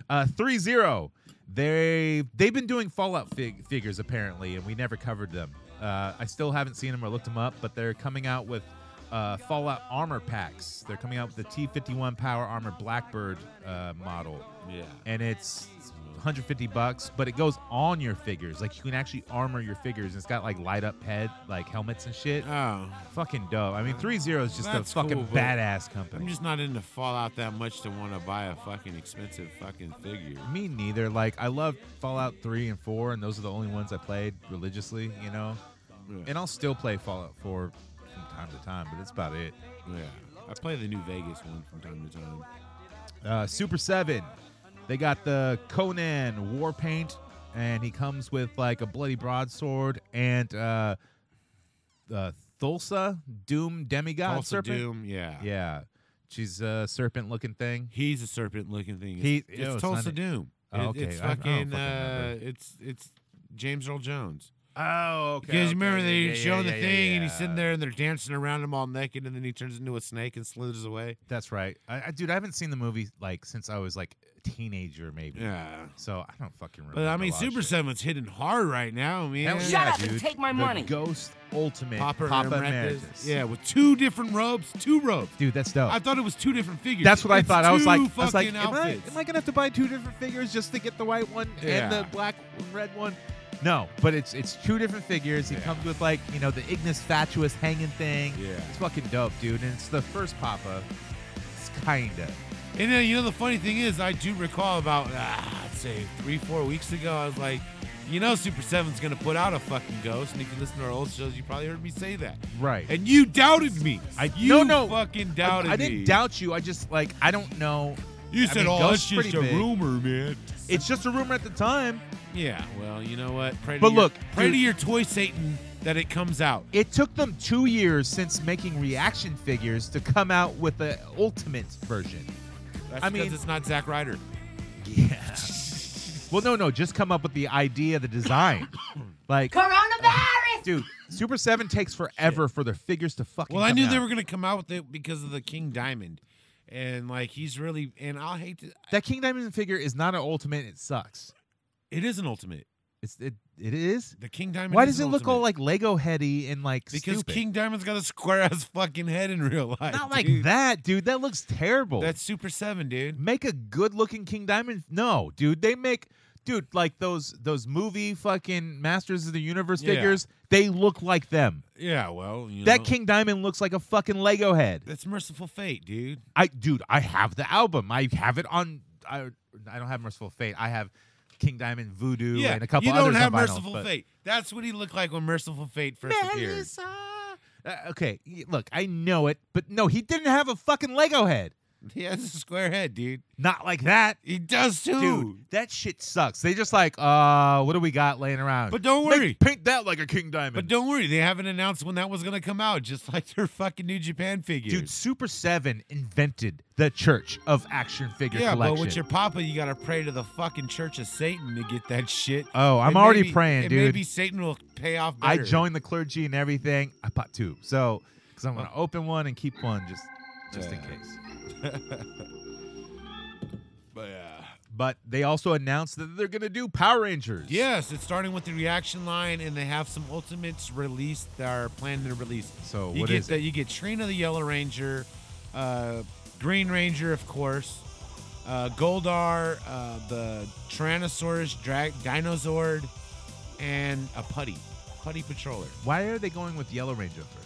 Speaker 3: uh, three zero. They they've been doing Fallout fig- figures apparently, and we never covered them. Uh, I still haven't seen them or looked them up, but they're coming out with uh, Fallout armor packs. They're coming out with the T51 Power Armor Blackbird uh, model,
Speaker 4: yeah.
Speaker 3: and it's 150 bucks, but it goes on your figures. Like you can actually armor your figures. And it's got like light up head, like helmets and shit.
Speaker 4: Oh,
Speaker 3: Fucking dope. I mean, Three Zero is just a
Speaker 4: That's cool,
Speaker 3: fucking
Speaker 4: but
Speaker 3: badass company.
Speaker 4: I'm just not into Fallout that much to want to buy a fucking expensive fucking figure.
Speaker 3: Me neither. Like I love Fallout 3 and 4 and those are the only ones I played religiously, you know.
Speaker 4: Yeah.
Speaker 3: And I'll still play Fallout 4 from time to time, but that's about it.
Speaker 4: Yeah. I play the new Vegas one from time to time.
Speaker 3: Uh, Super 7. They got the Conan war paint and he comes with like a bloody broadsword and uh uh Thulsa Doom demigod
Speaker 4: Also
Speaker 3: Ah, serpent.
Speaker 4: Doom. Yeah.
Speaker 3: Yeah. She's a serpent looking thing.
Speaker 4: He's a serpent looking thing.
Speaker 3: He-
Speaker 4: it's,
Speaker 3: yo,
Speaker 4: it's
Speaker 3: it's
Speaker 4: Tulsa
Speaker 3: not-
Speaker 4: Doom.
Speaker 3: Oh,
Speaker 4: It-
Speaker 3: okay.
Speaker 4: It's
Speaker 3: I- I don't
Speaker 4: fucking,
Speaker 3: fucking
Speaker 4: uh,
Speaker 3: remember.
Speaker 4: it's, it's James Earl Jones.
Speaker 3: Oh, okay.
Speaker 4: Because you remember they show the thing and he's
Speaker 3: there.
Speaker 4: sitting there and they're dancing around him all naked and then he turns into a snake and slithers away.
Speaker 3: That's right. I, I dude, I haven't seen the movie like since I was like a teenager, maybe.
Speaker 4: Yeah.
Speaker 3: So I don't fucking remember.
Speaker 4: But I mean,
Speaker 3: a lot of
Speaker 4: Super
Speaker 3: shit.
Speaker 4: Seven's hitting hard right now, man.
Speaker 3: Hell yeah,
Speaker 7: Shut up and
Speaker 3: dude.
Speaker 7: take my
Speaker 3: The
Speaker 7: money.
Speaker 3: Ghost Ultimate
Speaker 4: Popper,
Speaker 3: Papa,
Speaker 4: Emeritus.
Speaker 3: Emeritus.
Speaker 4: Yeah, with two different robes, two robes.
Speaker 3: dude, that's dope.
Speaker 4: I thought it was two different figures.
Speaker 3: that's what I
Speaker 4: It's
Speaker 3: thought. I was
Speaker 4: two
Speaker 3: like, I was like,
Speaker 4: fucking
Speaker 3: am I,
Speaker 4: outfits.
Speaker 3: am I gonna have to buy two different figures just to get the white one and
Speaker 4: Yeah.
Speaker 3: the black and red one? No, but it's it's two different figures. He
Speaker 4: Yeah.
Speaker 3: comes with like you know the Ignis Fatuous hanging thing.
Speaker 4: Yeah.
Speaker 3: it's fucking dope, dude. And it's the first Papa. It's kinda.
Speaker 4: And then you know the funny thing is, I do recall about ah, I'd say three, four weeks ago, I was like, you know, Super Seven's gonna put out a fucking ghost, and if you listen to our old shows, you probably heard me say that.
Speaker 3: Right.
Speaker 4: And you doubted me.
Speaker 3: I-
Speaker 4: you
Speaker 3: no, no.
Speaker 4: fucking doubted
Speaker 3: I, I
Speaker 4: me.
Speaker 3: didn't doubt you. I just like I don't know.
Speaker 4: You
Speaker 3: I
Speaker 4: said,
Speaker 3: mean,
Speaker 4: "Oh, it's
Speaker 3: Ghost's
Speaker 4: just
Speaker 3: pretty
Speaker 4: a
Speaker 3: big."
Speaker 4: rumor, man."
Speaker 3: It's just a rumor at the time.
Speaker 4: Yeah. Well, you know what? Pray to
Speaker 3: But
Speaker 4: your-
Speaker 3: look,
Speaker 4: pray to
Speaker 3: dude-
Speaker 4: your toy Satan that it comes out.
Speaker 3: It took them two years since making reaction figures to come out with the ultimate version.
Speaker 4: That's
Speaker 3: I
Speaker 4: because
Speaker 3: mean-
Speaker 4: it's not Zack Ryder.
Speaker 3: Yeah. Well, no, no, just come up with the idea, the design. like,
Speaker 7: Coronavirus!
Speaker 3: dude, Super Seven takes forever for their figures to fucking.
Speaker 4: Well, I
Speaker 3: come
Speaker 4: knew they
Speaker 3: out.
Speaker 4: were gonna come out with it because of the King Diamond, and like he's really and I'll hate to.
Speaker 3: That King Diamond figure is not an ultimate. It sucks.
Speaker 4: It is an ultimate.
Speaker 3: It's it. It is.
Speaker 4: The King Diamond.
Speaker 3: Why
Speaker 4: is
Speaker 3: does it
Speaker 4: an
Speaker 3: look all
Speaker 4: ultimate.
Speaker 3: like Lego heady and like
Speaker 4: Because
Speaker 3: stupid?
Speaker 4: King Diamond's got a square ass fucking head in real life.
Speaker 3: Not like
Speaker 4: dude.
Speaker 3: that, dude. That looks terrible.
Speaker 4: That's Super Seven, dude.
Speaker 3: make a good looking King Diamond. No, dude, they make dude like those those movie fucking Masters of the Universe
Speaker 4: Yeah.
Speaker 3: figures. They look like them.
Speaker 4: Yeah, well, you
Speaker 3: That
Speaker 4: know,
Speaker 3: King Diamond looks like a fucking Lego head.
Speaker 4: That's Merciful Fate, dude.
Speaker 3: I dude, I have the album. I have it on. I I don't have Merciful Fate. I have King Diamond Voodoo
Speaker 4: yeah,
Speaker 3: and a couple
Speaker 4: you don't
Speaker 3: others
Speaker 4: have
Speaker 3: on vinyl,
Speaker 4: Merciful
Speaker 3: but-
Speaker 4: Fate. That's what he looked like when Merciful Fate first appeared.
Speaker 3: Uh, okay, y- look, I know it, but no, he didn't have a fucking Lego head.
Speaker 4: He has a square head, dude.
Speaker 3: Not like that.
Speaker 4: He does too.
Speaker 3: Dude, that shit sucks. They just like, uh, what do we got laying around?
Speaker 4: But don't
Speaker 3: Make-
Speaker 4: worry.
Speaker 3: paint that like a King Diamond.
Speaker 4: But don't worry, they haven't announced when that was gonna come out. Just like their fucking New Japan figures.
Speaker 3: Dude, Super Seven invented the Church of Action Figure
Speaker 4: yeah,
Speaker 3: Collection.
Speaker 4: but with your papa, you gotta pray to the fucking Church of Satan to get that shit.
Speaker 3: Oh, I'm
Speaker 4: And
Speaker 3: already
Speaker 4: maybe-
Speaker 3: praying,
Speaker 4: and
Speaker 3: dude.
Speaker 4: Maybe Satan will pay off.
Speaker 3: I
Speaker 4: Better.
Speaker 3: joined the clergy and everything. I bought two, so uh, because I'm gonna open one and keep one just just in case.
Speaker 4: But, uh,
Speaker 3: But they also announced that they're gonna do Power Rangers.
Speaker 4: Yes, it's starting with the reaction line, and they have some ultimates released that are planned to release.
Speaker 3: So
Speaker 4: you
Speaker 3: what
Speaker 4: get
Speaker 3: is
Speaker 4: the, You get Trina the Yellow Ranger, uh, Green Ranger, of course, uh, Goldar, uh, the Tyrannosaurus, Dra- Dinozord, and a putty, putty patroller.
Speaker 3: Why are they going with Yellow Ranger first?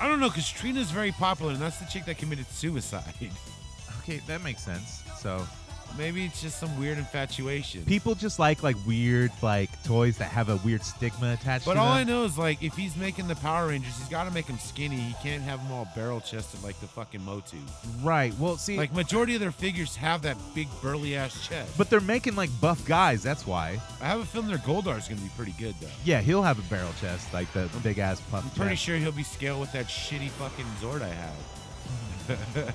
Speaker 4: I don't know, cause Trina's very popular, and that's the chick that committed suicide.
Speaker 3: Okay, that makes sense. So
Speaker 4: Maybe it's just some weird infatuation.
Speaker 3: people just like like weird like toys that have a weird stigma attached.
Speaker 4: But
Speaker 3: to
Speaker 4: all
Speaker 3: them.
Speaker 4: I know is like if he's making the Power Rangers, he's got to make them skinny. He can't have them all barrel chested like the fucking Motu.
Speaker 3: right? Well, see,
Speaker 4: Like majority of their figures have that big burly ass chest.
Speaker 3: but they're making like buff guys. That's why.
Speaker 4: I have a feeling their Goldar's gonna be pretty good though.
Speaker 3: Yeah, he'll have a barrel chest like the big ass puff.
Speaker 4: I'm pretty
Speaker 3: chest.
Speaker 4: sure he'll be scaled with that shitty fucking Zord I have.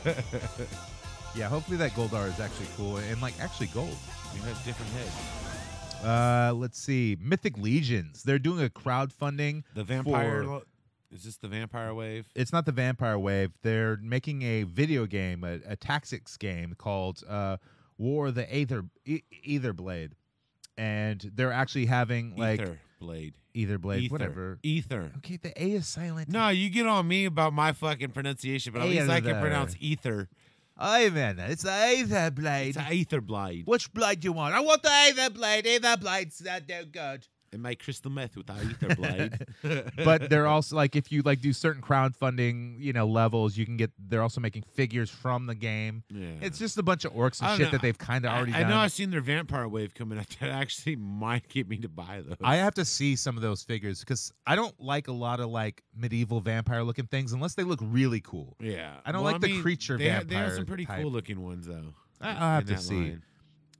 Speaker 3: Yeah, hopefully that Goldar is actually cool and like actually gold.
Speaker 4: He has different heads.
Speaker 3: Uh, let's see, Mythic Legions. They're doing a crowdfunding.
Speaker 4: The vampire.
Speaker 3: for-
Speaker 4: lo- Is this the vampire wave?
Speaker 3: it's not the Vampire Wave. They're making a video game, a, a tactics game called uh, War of the Aether e- Ether Blade, and they're actually having like
Speaker 4: Ether blade.
Speaker 3: Ether Blade,
Speaker 4: Ether.
Speaker 3: whatever.
Speaker 4: Ether.
Speaker 3: Okay, the A is silent.
Speaker 4: No, you get on me about my fucking pronunciation, but at least I can
Speaker 3: Ether.
Speaker 4: pronounce ether.
Speaker 3: I man, it's the Ether
Speaker 4: It's
Speaker 3: Blade.
Speaker 4: a ether blade.
Speaker 3: Which blade do you want? I want the Ether Blade. Ether Blade's not no good.
Speaker 4: And make crystal meth with our ether blade.
Speaker 3: but they're also like if you like do certain crowdfunding you know levels you can get they're also making figures from the game
Speaker 4: Yeah.
Speaker 3: it's just a bunch of orcs
Speaker 4: I don't
Speaker 3: and shit
Speaker 4: know.
Speaker 3: that they've kind of
Speaker 4: I-
Speaker 3: already
Speaker 4: I,
Speaker 3: done
Speaker 4: know I've seen their vampire wave coming out. That actually might get me to buy those.
Speaker 3: I have to see some of those figures because i don't like a lot of like medieval vampire looking things unless they look really cool
Speaker 4: yeah,
Speaker 3: I don't like the creature
Speaker 4: They, ha- they have
Speaker 3: vampire
Speaker 4: some pretty
Speaker 3: type.
Speaker 4: cool looking ones though.
Speaker 3: I-
Speaker 4: in-
Speaker 3: I'll have
Speaker 4: in
Speaker 3: to
Speaker 4: that
Speaker 3: see.
Speaker 4: line.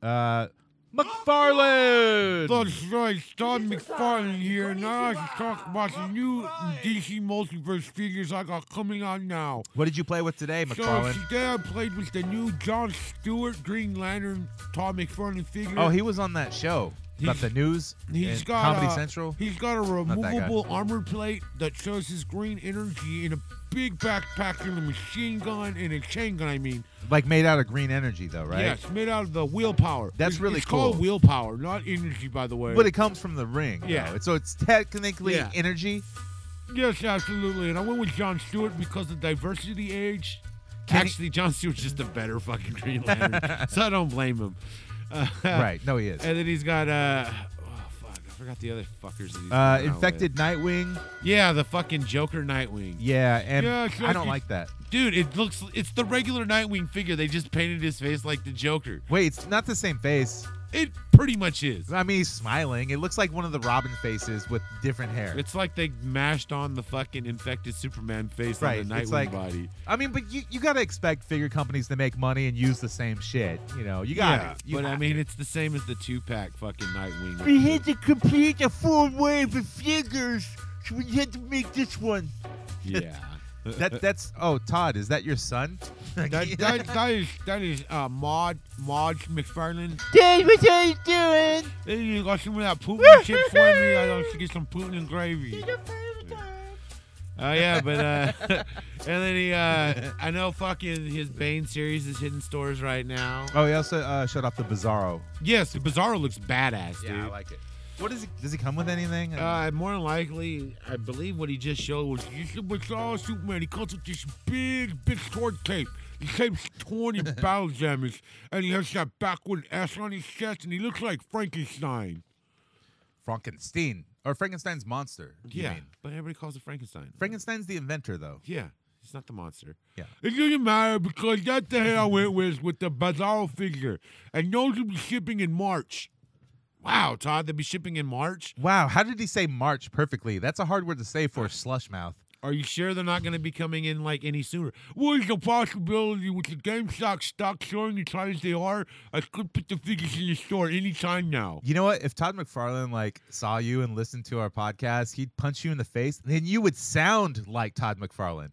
Speaker 3: uh mcfarlane
Speaker 4: That's right, Don McFarlane here, and I like to talk about the new DC Multiverse figures I got coming out now.
Speaker 3: what did you play with today
Speaker 4: So
Speaker 3: mcfarlane
Speaker 4: today I played with the new John Stewart Green Lantern Tom McFarlane figure.
Speaker 3: oh he was on that show about
Speaker 4: He's-
Speaker 3: the news
Speaker 4: He's
Speaker 3: and
Speaker 4: got uh,
Speaker 3: comedy
Speaker 4: a,
Speaker 3: central
Speaker 4: He's got a
Speaker 3: that guy.
Speaker 4: removable armor plate that shows his green energy in a big backpack and a machine gun and a chain gun. I mean,
Speaker 3: like made out of green energy though right
Speaker 4: yes, made out of the wheel power.
Speaker 3: That's
Speaker 4: It's-
Speaker 3: really
Speaker 4: it's called
Speaker 3: cool.
Speaker 4: wheel power, not energy, by the way.
Speaker 3: but it comes from the ring
Speaker 4: Yeah.
Speaker 3: though. so it's technically
Speaker 4: Yeah.
Speaker 3: energy
Speaker 4: yes, absolutely. And I went with John Stewart because of diversity age. Actually, John Stewart's just a better fucking Green Lantern, so I don't blame him. Uh,
Speaker 3: right no he is
Speaker 4: And then he's got uh, oh fuck, I forgot the other fuckers. That he's
Speaker 3: Uh,
Speaker 4: coming out with.
Speaker 3: infected Nightwing.
Speaker 4: Yeah, the fucking Joker Nightwing.
Speaker 3: Yeah, and
Speaker 4: Yeah, it's
Speaker 3: I
Speaker 4: like
Speaker 3: don't
Speaker 4: you-
Speaker 3: like that.
Speaker 4: Dude, it looks it's the regular Nightwing figure. They just painted his face like the Joker.
Speaker 3: Wait, it's not the same face.
Speaker 4: It pretty much is.
Speaker 3: I mean, he's smiling. It looks like one of the Robin faces with different hair.
Speaker 4: It's like they mashed on the fucking infected Superman face
Speaker 3: right.
Speaker 4: on the Nightwing
Speaker 3: it's like
Speaker 4: body.
Speaker 3: I mean, but you, you gotta expect figure companies to make money and use the same shit. You know, you got it. You
Speaker 4: but I
Speaker 3: have
Speaker 4: mean
Speaker 3: to.
Speaker 4: it's the same as the two pack fucking Nightwing.
Speaker 8: We had to complete a full wave of figures, so we had to make this one.
Speaker 4: yeah.
Speaker 3: That that's oh Todd, is that your son?
Speaker 4: That, that, that is that is uh, Maud Maudge McFarlane.
Speaker 7: Dad, what are you doing?
Speaker 4: Hey, you got some of that Putin shit for me? I like to get some Putin and gravy. Oh yeah, but uh, and then he, uh, I know fucking his Bane series is hitting stores right now.
Speaker 3: oh, he also uh, showed off the Bizarro.
Speaker 4: Yes, the Bizarro looks badass, dude.
Speaker 3: like it. What does he? Does he come with anything?
Speaker 4: Uh, more than likely, I believe what he just showed was this is what's all Superman. He comes with this big, big sword cape. He takes 20 battle damage, and he has that backward S on his chest, and he looks like Frankenstein.
Speaker 3: Frankenstein or Frankenstein's monster? you
Speaker 4: Yeah,
Speaker 3: mean.
Speaker 4: but everybody calls it Frankenstein.
Speaker 3: Frankenstein's the inventor, though.
Speaker 4: yeah, he's not the monster.
Speaker 3: Yeah.
Speaker 4: It doesn't matter because that's the head I went with with the Bizarro figure, and those will be shipping in March. Wow, Todd, they'll be shipping in March?
Speaker 3: Wow, how did he say March perfectly? That's a hard word to say for a slush mouth.
Speaker 4: Are you sure they're not going to be coming in like any sooner? What is the possibility with the GameStop stock soaring as high as they are? I could put the figures in the store anytime now.
Speaker 3: You know what? If Todd McFarlane like saw you and listened to our podcast, he'd punch you in the face, then you would sound like Todd McFarlane.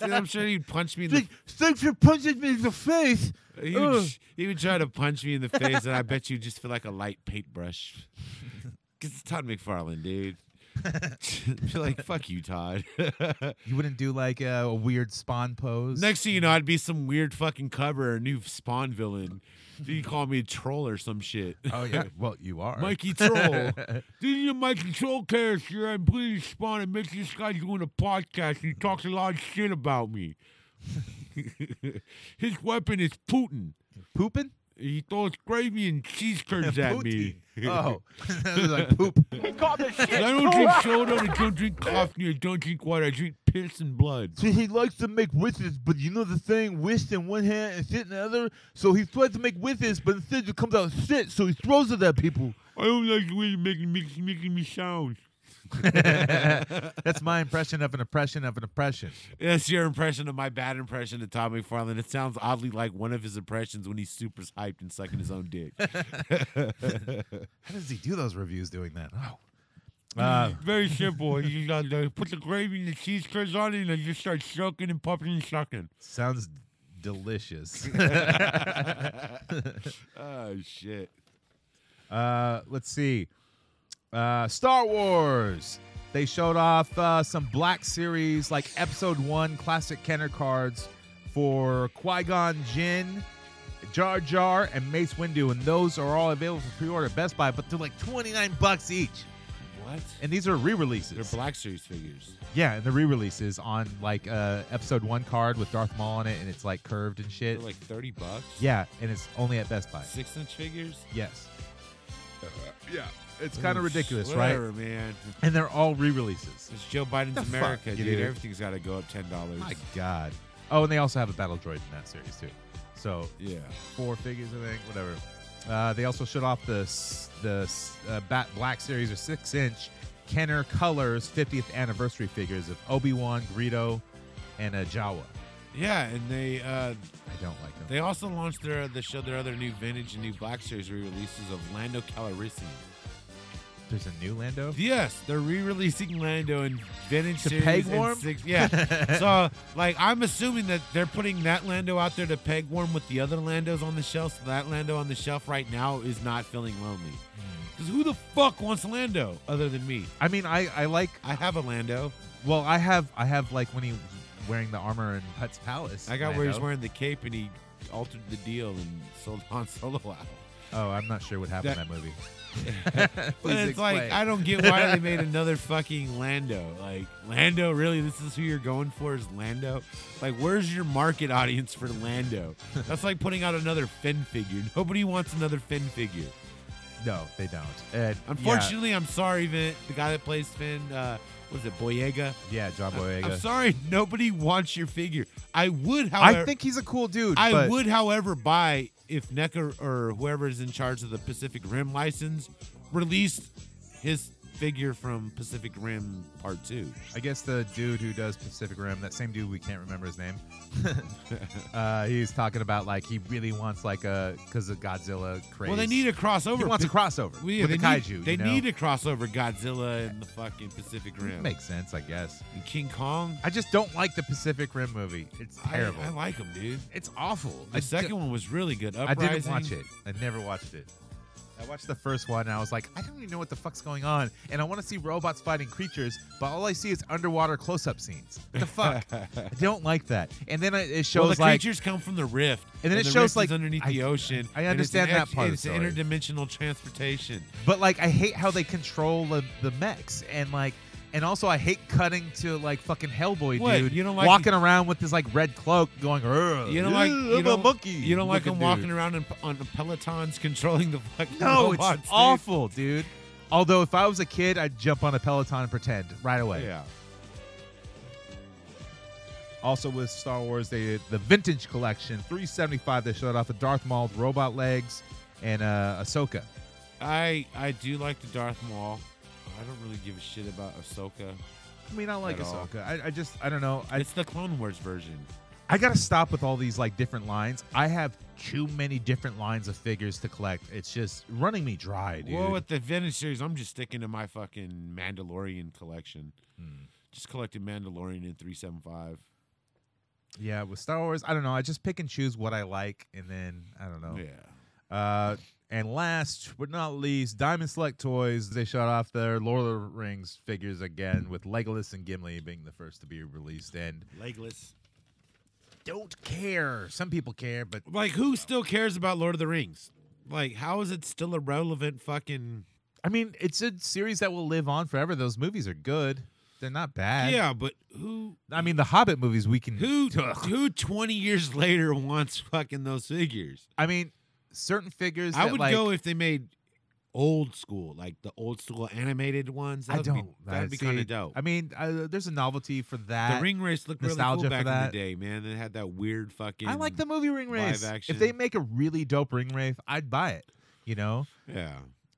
Speaker 4: Dude, I'm sure he'd punch me in the
Speaker 3: Thanks for punching me in the face.
Speaker 4: he would, he would try to punch me in the face, and I bet you just feel like a light paintbrush. Because it's Todd McFarlane, dude. Be like, fuck you, Todd.
Speaker 3: You wouldn't do like a, a weird spawn pose.
Speaker 4: Next thing you know, I'd be some weird fucking cover or new Spawn villain. He'd call me a troll or some shit.
Speaker 3: Oh yeah. Well, you are.
Speaker 4: Mikey Troll. this is Mikey Troll character. I'm pleased Spawn admits this guy's doing a podcast. He talks a lot of shit about me. His weapon is Putin.
Speaker 3: pooping.
Speaker 4: He throws gravy and cheese curds at me.
Speaker 3: Poutine. Oh, It was like poop.
Speaker 4: I don't drink soda, I don't drink coffee, I don't drink water, I drink piss and blood.
Speaker 3: See, he likes to make wishes, but you know the thing, whist in one hand and shit in the other. So he tries to make wishes, but instead it comes out shit. So he throws it at people.
Speaker 4: I don't like the way you're making, making, making me sound.
Speaker 3: That's my impression of an impression of an impression.
Speaker 4: That's your impression of my bad impression of Tom McFarlane. It sounds oddly like one of his impressions when he's super hyped and sucking his own dick.
Speaker 3: How does he do those reviews doing that? Oh,
Speaker 4: Uh, Very simple. You got to put the gravy and the cheese curds on it, and then just start sucking and popping and sucking.
Speaker 3: sounds delicious.
Speaker 4: Oh shit!
Speaker 3: Uh, let's see. Uh, Star Wars. They showed off uh, some Black Series, like Episode 1 classic Kenner cards for Qui Gon Jinn, Jar Jar, and Mace Windu. And those are all available for pre order at Best Buy, but they're like 29 bucks each.
Speaker 4: What?
Speaker 3: And these are re releases.
Speaker 4: They're Black Series figures.
Speaker 3: Yeah, and the re releases on like uh, Episode 1 card with Darth Maul on it, and it's like curved and
Speaker 4: They're
Speaker 3: shit.
Speaker 4: like thirty bucks.
Speaker 3: yeah, and it's only at Best Buy.
Speaker 4: Six inch figures.
Speaker 3: Yes. yeah. It's kind of
Speaker 4: Oh,
Speaker 3: ridiculous, right?
Speaker 4: Whatever, man.
Speaker 3: And they're all re releases.
Speaker 4: It's Joe Biden's
Speaker 3: The fuck,
Speaker 4: America, dude.
Speaker 3: dude.
Speaker 4: Everything's got to go up ten dollars.
Speaker 3: My God. Oh, and they also have a battle droid in that series too. So
Speaker 4: Yeah.
Speaker 3: four figures, I think. Whatever. Uh, they also showed off the s- the s- uh, Bat Black series or six inch Kenner Colors 50th anniversary figures of Obi Wan, Greedo, and uh, Jawa.
Speaker 4: Yeah, and they uh,
Speaker 3: I don't like them.
Speaker 4: they also launched their the show their other new vintage and new Black Series re-releases of Lando Calrissian.
Speaker 3: There's a new Lando.
Speaker 4: Yes, they're re-releasing Lando in vintage
Speaker 3: To
Speaker 4: series
Speaker 3: peg
Speaker 4: and
Speaker 3: warm?
Speaker 4: Six, yeah. so, like, I'm assuming that they're putting that Lando out there to peg warm with the other Landos on the shelf. So that Lando on the shelf right now is not feeling lonely. Because who the fuck wants Lando other than me?
Speaker 3: I mean, I I like.
Speaker 4: I have a Lando.
Speaker 3: Well, I have I have like when he was wearing the armor in Hutt's palace.
Speaker 4: I got where he's
Speaker 3: Lando.
Speaker 4: wearing the cape and he altered the deal and sold Han Solo out.
Speaker 3: Oh, I'm not sure what happened
Speaker 4: That-
Speaker 3: in that movie.
Speaker 4: But
Speaker 3: Please
Speaker 4: it's like
Speaker 3: explain.
Speaker 4: I don't get why they made another fucking Lando. Like Lando, really? This is who you're going for is Lando? Like, where's your market audience for Lando? That's like putting out another Finn figure. Nobody wants another Finn figure.
Speaker 3: No, they don't. And, yeah,
Speaker 4: Unfortunately, I'm sorry, Vin, the guy that plays Finn. Uh, was it Boyega?
Speaker 3: yeah, John Boyega.
Speaker 4: I'm sorry, nobody wants your figure. I would, however,
Speaker 3: I think he's a cool dude.
Speaker 4: I
Speaker 3: but
Speaker 4: would, however, buy if E NECA or whoever is in charge of the Pacific Rim license released his figure from Pacific Rim Part Two.
Speaker 3: I guess the dude who does Pacific Rim, that same dude we can't remember his name. uh, he's talking about like he really wants like a because of Godzilla craze.
Speaker 4: Well, they need a crossover.
Speaker 3: He wants a
Speaker 4: pic-
Speaker 3: crossover
Speaker 4: Well, yeah,
Speaker 3: with
Speaker 4: they
Speaker 3: the kaiju.
Speaker 4: Need,
Speaker 3: you
Speaker 4: they
Speaker 3: know?
Speaker 4: need a crossover Godzilla and the fucking Pacific Rim.
Speaker 3: Makes sense, I guess.
Speaker 4: and King Kong.
Speaker 3: I just don't like the Pacific Rim movie. It's
Speaker 4: I-
Speaker 3: terrible.
Speaker 4: I, like them, dude.
Speaker 3: it's awful.
Speaker 4: The
Speaker 3: I
Speaker 4: second
Speaker 3: ju-
Speaker 4: one was really good.
Speaker 3: I
Speaker 4: Uprising.
Speaker 3: didn't watch it. I never watched it. I watched the first one and I was like, I don't even know what the fuck's going on. And I want to see robots fighting creatures, but all I see is underwater close up scenes. What the fuck? I don't like that. And then I- it shows
Speaker 4: Well, the
Speaker 3: like
Speaker 4: creatures come from the rift,
Speaker 3: And then it
Speaker 4: the
Speaker 3: shows,
Speaker 4: rift is
Speaker 3: like-
Speaker 4: underneath
Speaker 3: I-
Speaker 4: the ocean.
Speaker 3: I
Speaker 4: and it's
Speaker 3: understand
Speaker 4: an
Speaker 3: that
Speaker 4: act-
Speaker 3: part of
Speaker 4: It's
Speaker 3: the story.
Speaker 4: interdimensional transportation.
Speaker 3: But like I hate how they control the, the mechs and like and also I hate cutting to like fucking Hellboy
Speaker 4: What?
Speaker 3: dude
Speaker 4: You don't like
Speaker 3: walking around with this like red cloak going "Ugh,
Speaker 4: You don't like
Speaker 3: ugh,
Speaker 4: you
Speaker 3: I'm
Speaker 4: don't,
Speaker 3: a monkey.
Speaker 4: You don't like
Speaker 3: looking
Speaker 4: them walking
Speaker 3: dude."
Speaker 4: around in, on the pelotons controlling the fucking
Speaker 3: No, it's
Speaker 4: robots, dude.
Speaker 3: awful, dude. Although if I was a kid, I'd jump on a Peloton and pretend right away.
Speaker 4: Yeah.
Speaker 3: Also with Star Wars, they did the Vintage Collection 375. They showed off the Darth Maul with robot legs and uh, Ahsoka.
Speaker 4: I I do like the Darth Maul. I don't really give a shit about Ahsoka.
Speaker 3: I mean, I like
Speaker 4: At all.
Speaker 3: Ahsoka. I, I just I don't know. I
Speaker 4: it's the Clone Wars version.
Speaker 3: I gotta stop with all these like different lines. I have too many different lines of figures to collect. It's just running me dry, dude.
Speaker 4: Well, with the vintage series, I'm just sticking to my fucking Mandalorian collection. Just collecting Mandalorian in 375.
Speaker 3: yeah, with Star Wars, I don't know. I just pick and choose what I like, and then I don't know.
Speaker 4: Yeah.
Speaker 3: Uh, and last but not least, Diamond Select Toys. They shot off their Lord of the Rings figures again, with Legolas and Gimli being the first to be released. And
Speaker 4: Legless.
Speaker 3: don't care. Some people care, but
Speaker 4: Like, who still cares about Lord of the Rings? Like, how is it still a relevant fucking.
Speaker 3: I mean, it's a series that will live on forever. Those movies are good. They're not bad.
Speaker 4: yeah, but who.
Speaker 3: I mean, the Hobbit movies we can.
Speaker 4: Who,
Speaker 3: Ugh.
Speaker 4: who 20 years later wants fucking those figures?
Speaker 3: I mean, certain figures.
Speaker 4: I
Speaker 3: that,
Speaker 4: would
Speaker 3: like,
Speaker 4: go if they made old school, like the old school animated ones. That
Speaker 3: I
Speaker 4: would
Speaker 3: don't.
Speaker 4: Be, that'd be
Speaker 3: see,
Speaker 4: kind of dope.
Speaker 3: I mean, uh, there's a novelty for that.
Speaker 4: the ring race looked really
Speaker 3: nostalgia
Speaker 4: cool
Speaker 3: for
Speaker 4: back in
Speaker 3: that.
Speaker 4: the day, man. They had that weird fucking.
Speaker 3: I like the movie Ring
Speaker 4: live
Speaker 3: Race.
Speaker 4: action.
Speaker 3: If they make a really dope Ring Race, I'd buy it. You know,
Speaker 4: Yeah.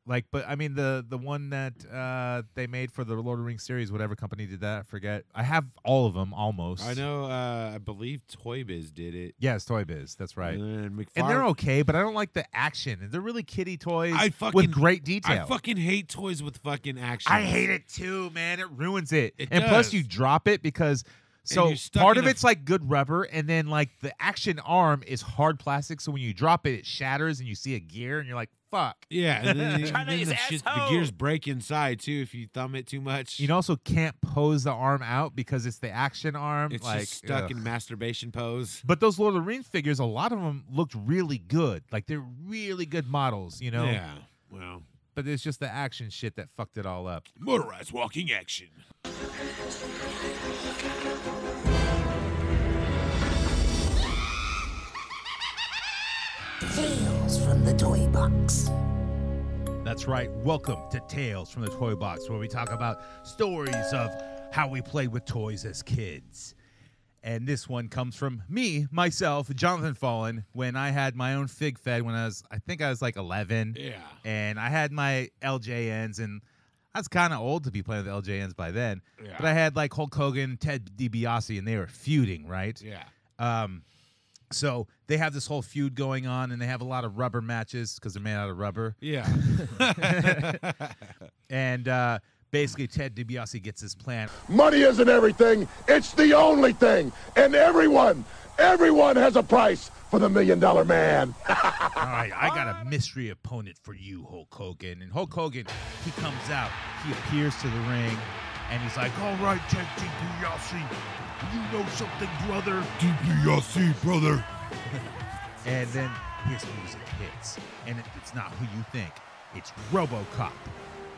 Speaker 3: like, but I mean, the the one that uh, they made for the Lord of the Rings series, whatever company did that, I forget. I have all of them almost.
Speaker 4: I know. Uh, I believe Toy Biz did it.
Speaker 3: Yes, Toy Biz. That's right.
Speaker 4: And, then
Speaker 3: And they're
Speaker 4: McFarl-
Speaker 3: okay, but I don't like the action. And They're really kiddie toys
Speaker 4: I fucking-
Speaker 3: with great detail.
Speaker 4: I fucking hate toys with fucking action.
Speaker 3: I hate it too, man. It ruins it.
Speaker 4: It
Speaker 3: and plus,
Speaker 4: does.
Speaker 3: you drop it because so
Speaker 4: you're stuck
Speaker 3: part
Speaker 4: in
Speaker 3: of
Speaker 4: a-
Speaker 3: it's like good rubber, and then like the action arm is hard plastic. So when you drop it, it shatters, and you see a gear, and you're like, "Fuck."
Speaker 4: Yeah, and then, and then
Speaker 7: Chinese
Speaker 4: the, shit, the
Speaker 7: asshole.
Speaker 4: gears break inside too if you thumb it too much.
Speaker 3: You also can't pose the arm out because it's the action arm.
Speaker 4: it's
Speaker 3: like
Speaker 4: just stuck
Speaker 3: ugh.
Speaker 4: in masturbation pose.
Speaker 3: But those Lord of the Rings figures, a lot of them looked really good. Like they're really good models, you know.
Speaker 4: Yeah. Well,
Speaker 3: But it's just the action shit that fucked it all up.
Speaker 4: motorized walking action.
Speaker 8: Tales from the Toy Box.
Speaker 3: That's right. Welcome to Tales from the Toy Box, where we talk about stories of how we played with toys as kids. And this one comes from me, myself, Jonathan Fallen, when I had my own fig fed when I was, I think I was like 11.
Speaker 4: Yeah.
Speaker 3: And I had my LJNs, and I was kind of old to be playing with LJNs by then.
Speaker 4: Yeah.
Speaker 3: But I had like Hulk Hogan, Ted DiBiase, and they were feuding, right?
Speaker 4: Yeah.
Speaker 3: Um, so they have this whole feud going on, and they have a lot of rubber matches because they're made out of rubber.
Speaker 4: Yeah.
Speaker 3: And uh, basically, Ted DiBiase gets his plan.
Speaker 1: Money isn't everything, it's the only thing. And everyone, everyone has a price for the million dollar man.
Speaker 3: All right, I got a mystery opponent for you, Hulk Hogan. And Hulk Hogan, he comes out, he appears to the ring, and he's like, All right, Ted DiBiase, you know something, brother.
Speaker 2: DBSC, brother.
Speaker 3: And then his music hits, and it, it's not who you think. It's RoboCop.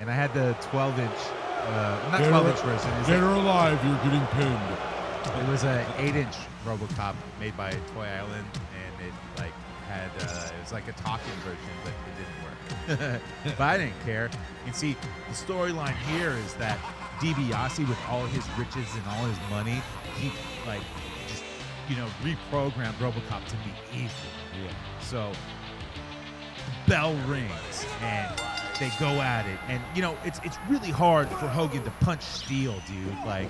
Speaker 3: And I had the 12 inch, uh, not 12 inch version. It was
Speaker 2: Dead or alive, you're getting pinned.
Speaker 3: It was a eight-inch RoboCop made by Toy Island, and it like had uh, it was like a talking version, but it didn't work. but I didn't care. And see, the storyline here is that DiBiase, with all his riches and all his money, he like just you know reprogrammed RoboCop to be evil.
Speaker 4: yeah.
Speaker 3: So bell rings and They go at it, and you know it's it's really hard for Hogan to punch steel, dude. Like,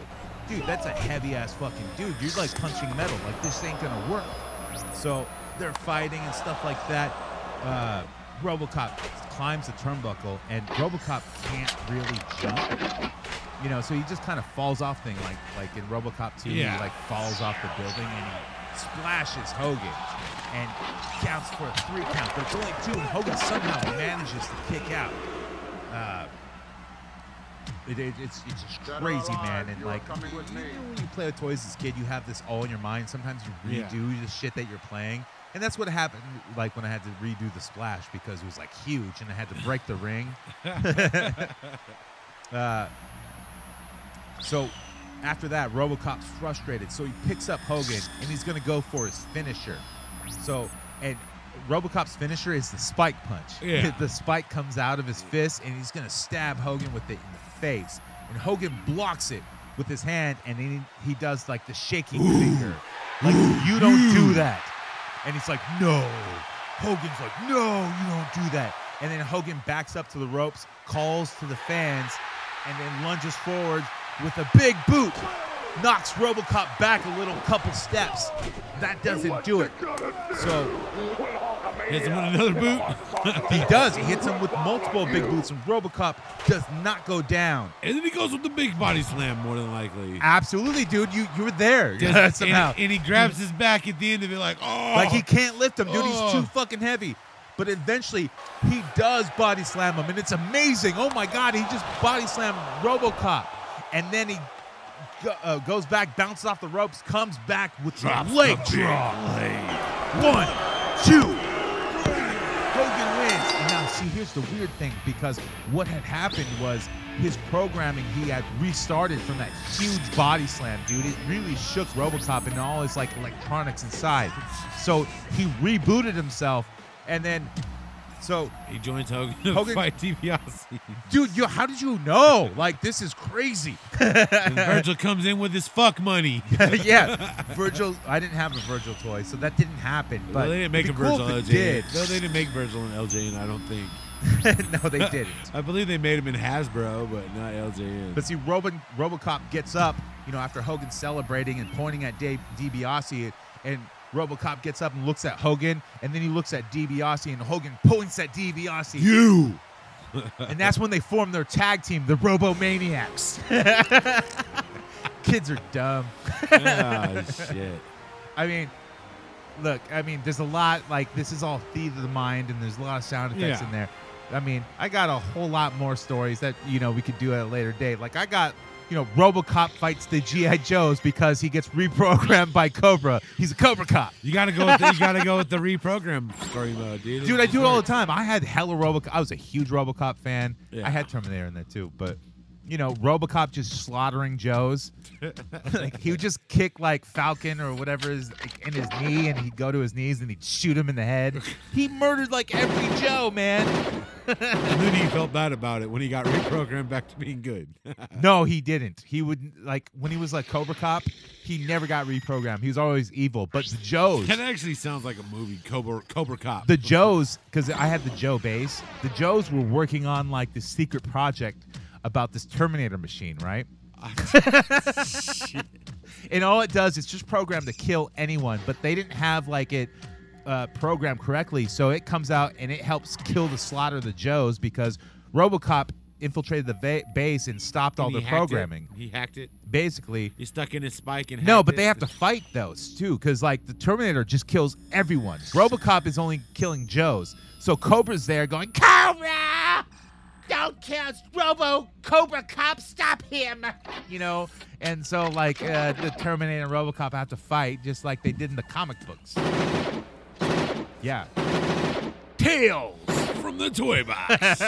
Speaker 3: dude, that's a heavy ass fucking dude. You're like punching metal. Like this ain't gonna work. So they're fighting and stuff like that. Uh, RoboCop climbs the turnbuckle, and RoboCop can't really jump. You know, so he just kind of falls off thing, like like in RoboCop 2,
Speaker 4: Yeah.
Speaker 3: he like falls off the building and he splashes Hogan and counts for a three count, but it's only two, and Hogan somehow manages to kick out. Uh, it, it, it's it's just crazy, man, and like you know, when you play with toys as a kid, you have this all in your mind. Sometimes you
Speaker 4: Yeah.
Speaker 3: redo the shit that you're playing. And that's what happened, like when I had to redo the splash because it was like huge and I had to break the ring. uh, so after that, Robocop's frustrated. So he picks up Hogan and he's going to go for his finisher. So, and Robocop's finisher is the spike punch.
Speaker 4: Yeah.
Speaker 3: the spike comes out of his fist and he's going to stab Hogan with it in the face. And Hogan blocks it with his hand and then he, he does like the shaking finger. Like, you don't do that. And he's like, no. Hogan's like, no, you don't do that. And then Hogan backs up to the ropes, calls to the fans, and then lunges forward with a big boot. Knocks Robocop back a little couple steps. That doesn't do it. So
Speaker 4: Hits him with another boot.
Speaker 3: he does. He hits him with multiple big boots, and Robocop does not go down.
Speaker 4: and then he goes with the big body slam, more than likely.
Speaker 3: Ah, Absolutely, dude. You you were there.
Speaker 4: Just- and,
Speaker 3: Somehow.
Speaker 4: and he grabs his back at the end of it, like, oh.
Speaker 3: Like he can't lift him, dude. He's too
Speaker 4: Oh.
Speaker 3: fucking heavy. But eventually, he does body slam him, and it's amazing. Oh my god, he just body slammed RoboCop, and then he go- uh, goes back, bounces off the ropes, comes back with
Speaker 4: Drops
Speaker 3: the leg
Speaker 4: the big
Speaker 3: drop. One, two, three. Hogan wins. And now, see, here's the weird thing because what had happened was his programming he had restarted from that huge body slam, dude. It really shook RoboCop and all his like electronics inside. So he rebooted himself, and then so
Speaker 4: He joins Hogan to
Speaker 3: Hogan-
Speaker 4: fight DiBiase.
Speaker 3: dude, yo, how did you know? Like this is crazy.
Speaker 4: and Virgil comes in with his fuck money.
Speaker 3: yeah, Virgil. I didn't have a Virgil toy, so that didn't happen. But
Speaker 4: Well, they didn't make a
Speaker 3: it'd be cool
Speaker 4: Virgil
Speaker 3: if
Speaker 4: LJ.
Speaker 3: it did.
Speaker 4: No, they didn't make Virgil and LJN, I don't think.
Speaker 3: no, they didn't.
Speaker 4: I believe they made him in Hasbro, but not LJN.
Speaker 3: But see, Robin, RoboCop gets up, you know, after Hogan celebrating and pointing at Dave DiBiase, and RoboCop gets up and looks at Hogan, and then he looks at DiBiase, and Hogan points at DiBiase.
Speaker 4: you!
Speaker 3: and that's when they form their tag team, the RoboManiacs. Kids are dumb.
Speaker 4: oh, shit.
Speaker 3: I mean, look, I mean, there's a lot like this is all theater of the mind, and there's a lot of sound effects
Speaker 4: Yeah.
Speaker 3: in there. I mean, I got a whole lot more stories that you know we could do at a later date. Like I got, you know, RoboCop fights the GI Joes because he gets reprogrammed by Cobra. He's a Cobra cop.
Speaker 4: You gotta go. With the, you gotta go with the reprogram story mode, dude.
Speaker 3: Dude, I do it all the time. I had hella RoboCop. I was a huge RoboCop fan.
Speaker 4: Yeah.
Speaker 3: I had Terminator in there too, but you know, RoboCop just slaughtering Joes. like he would just kick like Falcon or whatever is like, in his knee, and he'd go to his knees and he'd shoot him in the head. He murdered like every Joe, man.
Speaker 4: And then he felt bad about it when he got reprogrammed back to being good.
Speaker 3: No, he didn't. He would like when he was like Cobra Cop. He never got reprogrammed. He was always evil. But the Joes,
Speaker 4: that actually sounds like a movie, Cobra Cobra Cop.
Speaker 3: the Joes, because I had the Joe base. The Joes were working on like this secret project about this Terminator machine, right? and all it does is just program to kill anyone, but they didn't have like it uh, programmed correctly, so it comes out and it helps kill the slaughter the Joes because RoboCop infiltrated the va- base and stopped all
Speaker 4: And he
Speaker 3: the
Speaker 4: hacked it.
Speaker 3: programming.
Speaker 4: He hacked it.
Speaker 3: Basically,
Speaker 4: He stuck in his spike and
Speaker 3: no,
Speaker 4: hacked
Speaker 3: but they
Speaker 4: it.
Speaker 3: have to fight those too, because like the Terminator just kills everyone. RoboCop is only killing Joes, so Cobra's there going Cobra, don't kill us, Robo Cobra Cop, stop him. You know, and so like uh, the Terminator and RoboCop have to fight just like they did in the comic books. Yeah.
Speaker 2: Tales from the toy box.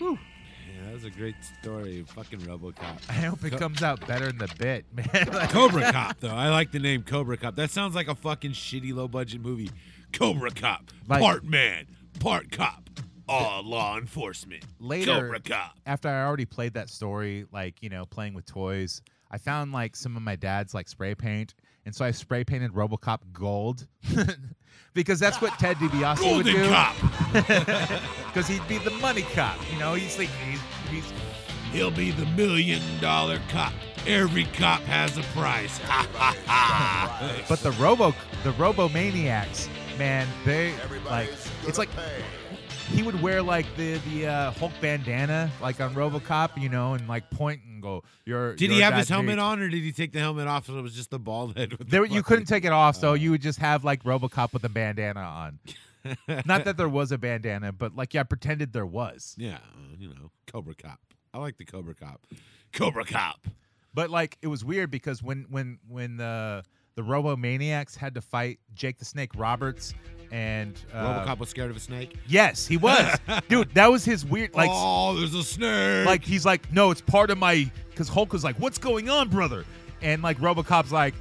Speaker 4: Yeah, that was a great story. Fucking RoboCop.
Speaker 3: I hope it comes out better in the bit, man. Like-
Speaker 4: Cobra Cop, though. I like the name Cobra Cop. That sounds like a fucking shitty low budget movie. Cobra Cop.
Speaker 3: Like-
Speaker 4: part man, part cop. All law enforcement.
Speaker 3: Later-
Speaker 4: Cobra Cop.
Speaker 3: after I already played that story, like, you know, playing with toys, I found like some of my dad's like spray paint. And so I spray painted Robocop gold because that's what Ted DiBiase would
Speaker 4: Golden
Speaker 3: do.
Speaker 4: Cop.
Speaker 3: Because he'd be the money cop. You know, he's like, he's, he's
Speaker 4: He'll be the million dollar cop. Every cop has a price. Ha ha ha.
Speaker 3: but the Robo, the Robomaniacs, man, they like, it's like he would wear like the the uh, Hulk bandana, like on Robocop, you know, and like point and go, "Your."
Speaker 4: Did
Speaker 3: your
Speaker 4: he have
Speaker 3: dad
Speaker 4: his helmet
Speaker 3: hates-
Speaker 4: on, or did he take the helmet off and it was just the bald head? With
Speaker 3: There,
Speaker 4: the
Speaker 3: you couldn't take it off, so
Speaker 4: uh,
Speaker 3: you would just have like RoboCop with a bandana on. Not that there was a bandana, but like yeah, I pretended there was.
Speaker 4: Yeah, uh, you know, Cobra Cop. I like the Cobra Cop. Cobra Cop.
Speaker 3: But like it was weird because when when when the the RoboManiacs had to fight Jake the Snake Roberts and uh,
Speaker 4: RoboCop was scared of a snake.
Speaker 3: Yes, he was, dude. That was his weird like.
Speaker 4: oh, there's a snake.
Speaker 3: Like he's like, no, it's part of my. Because Hulk was like, what's going on, brother? And like RoboCop's like,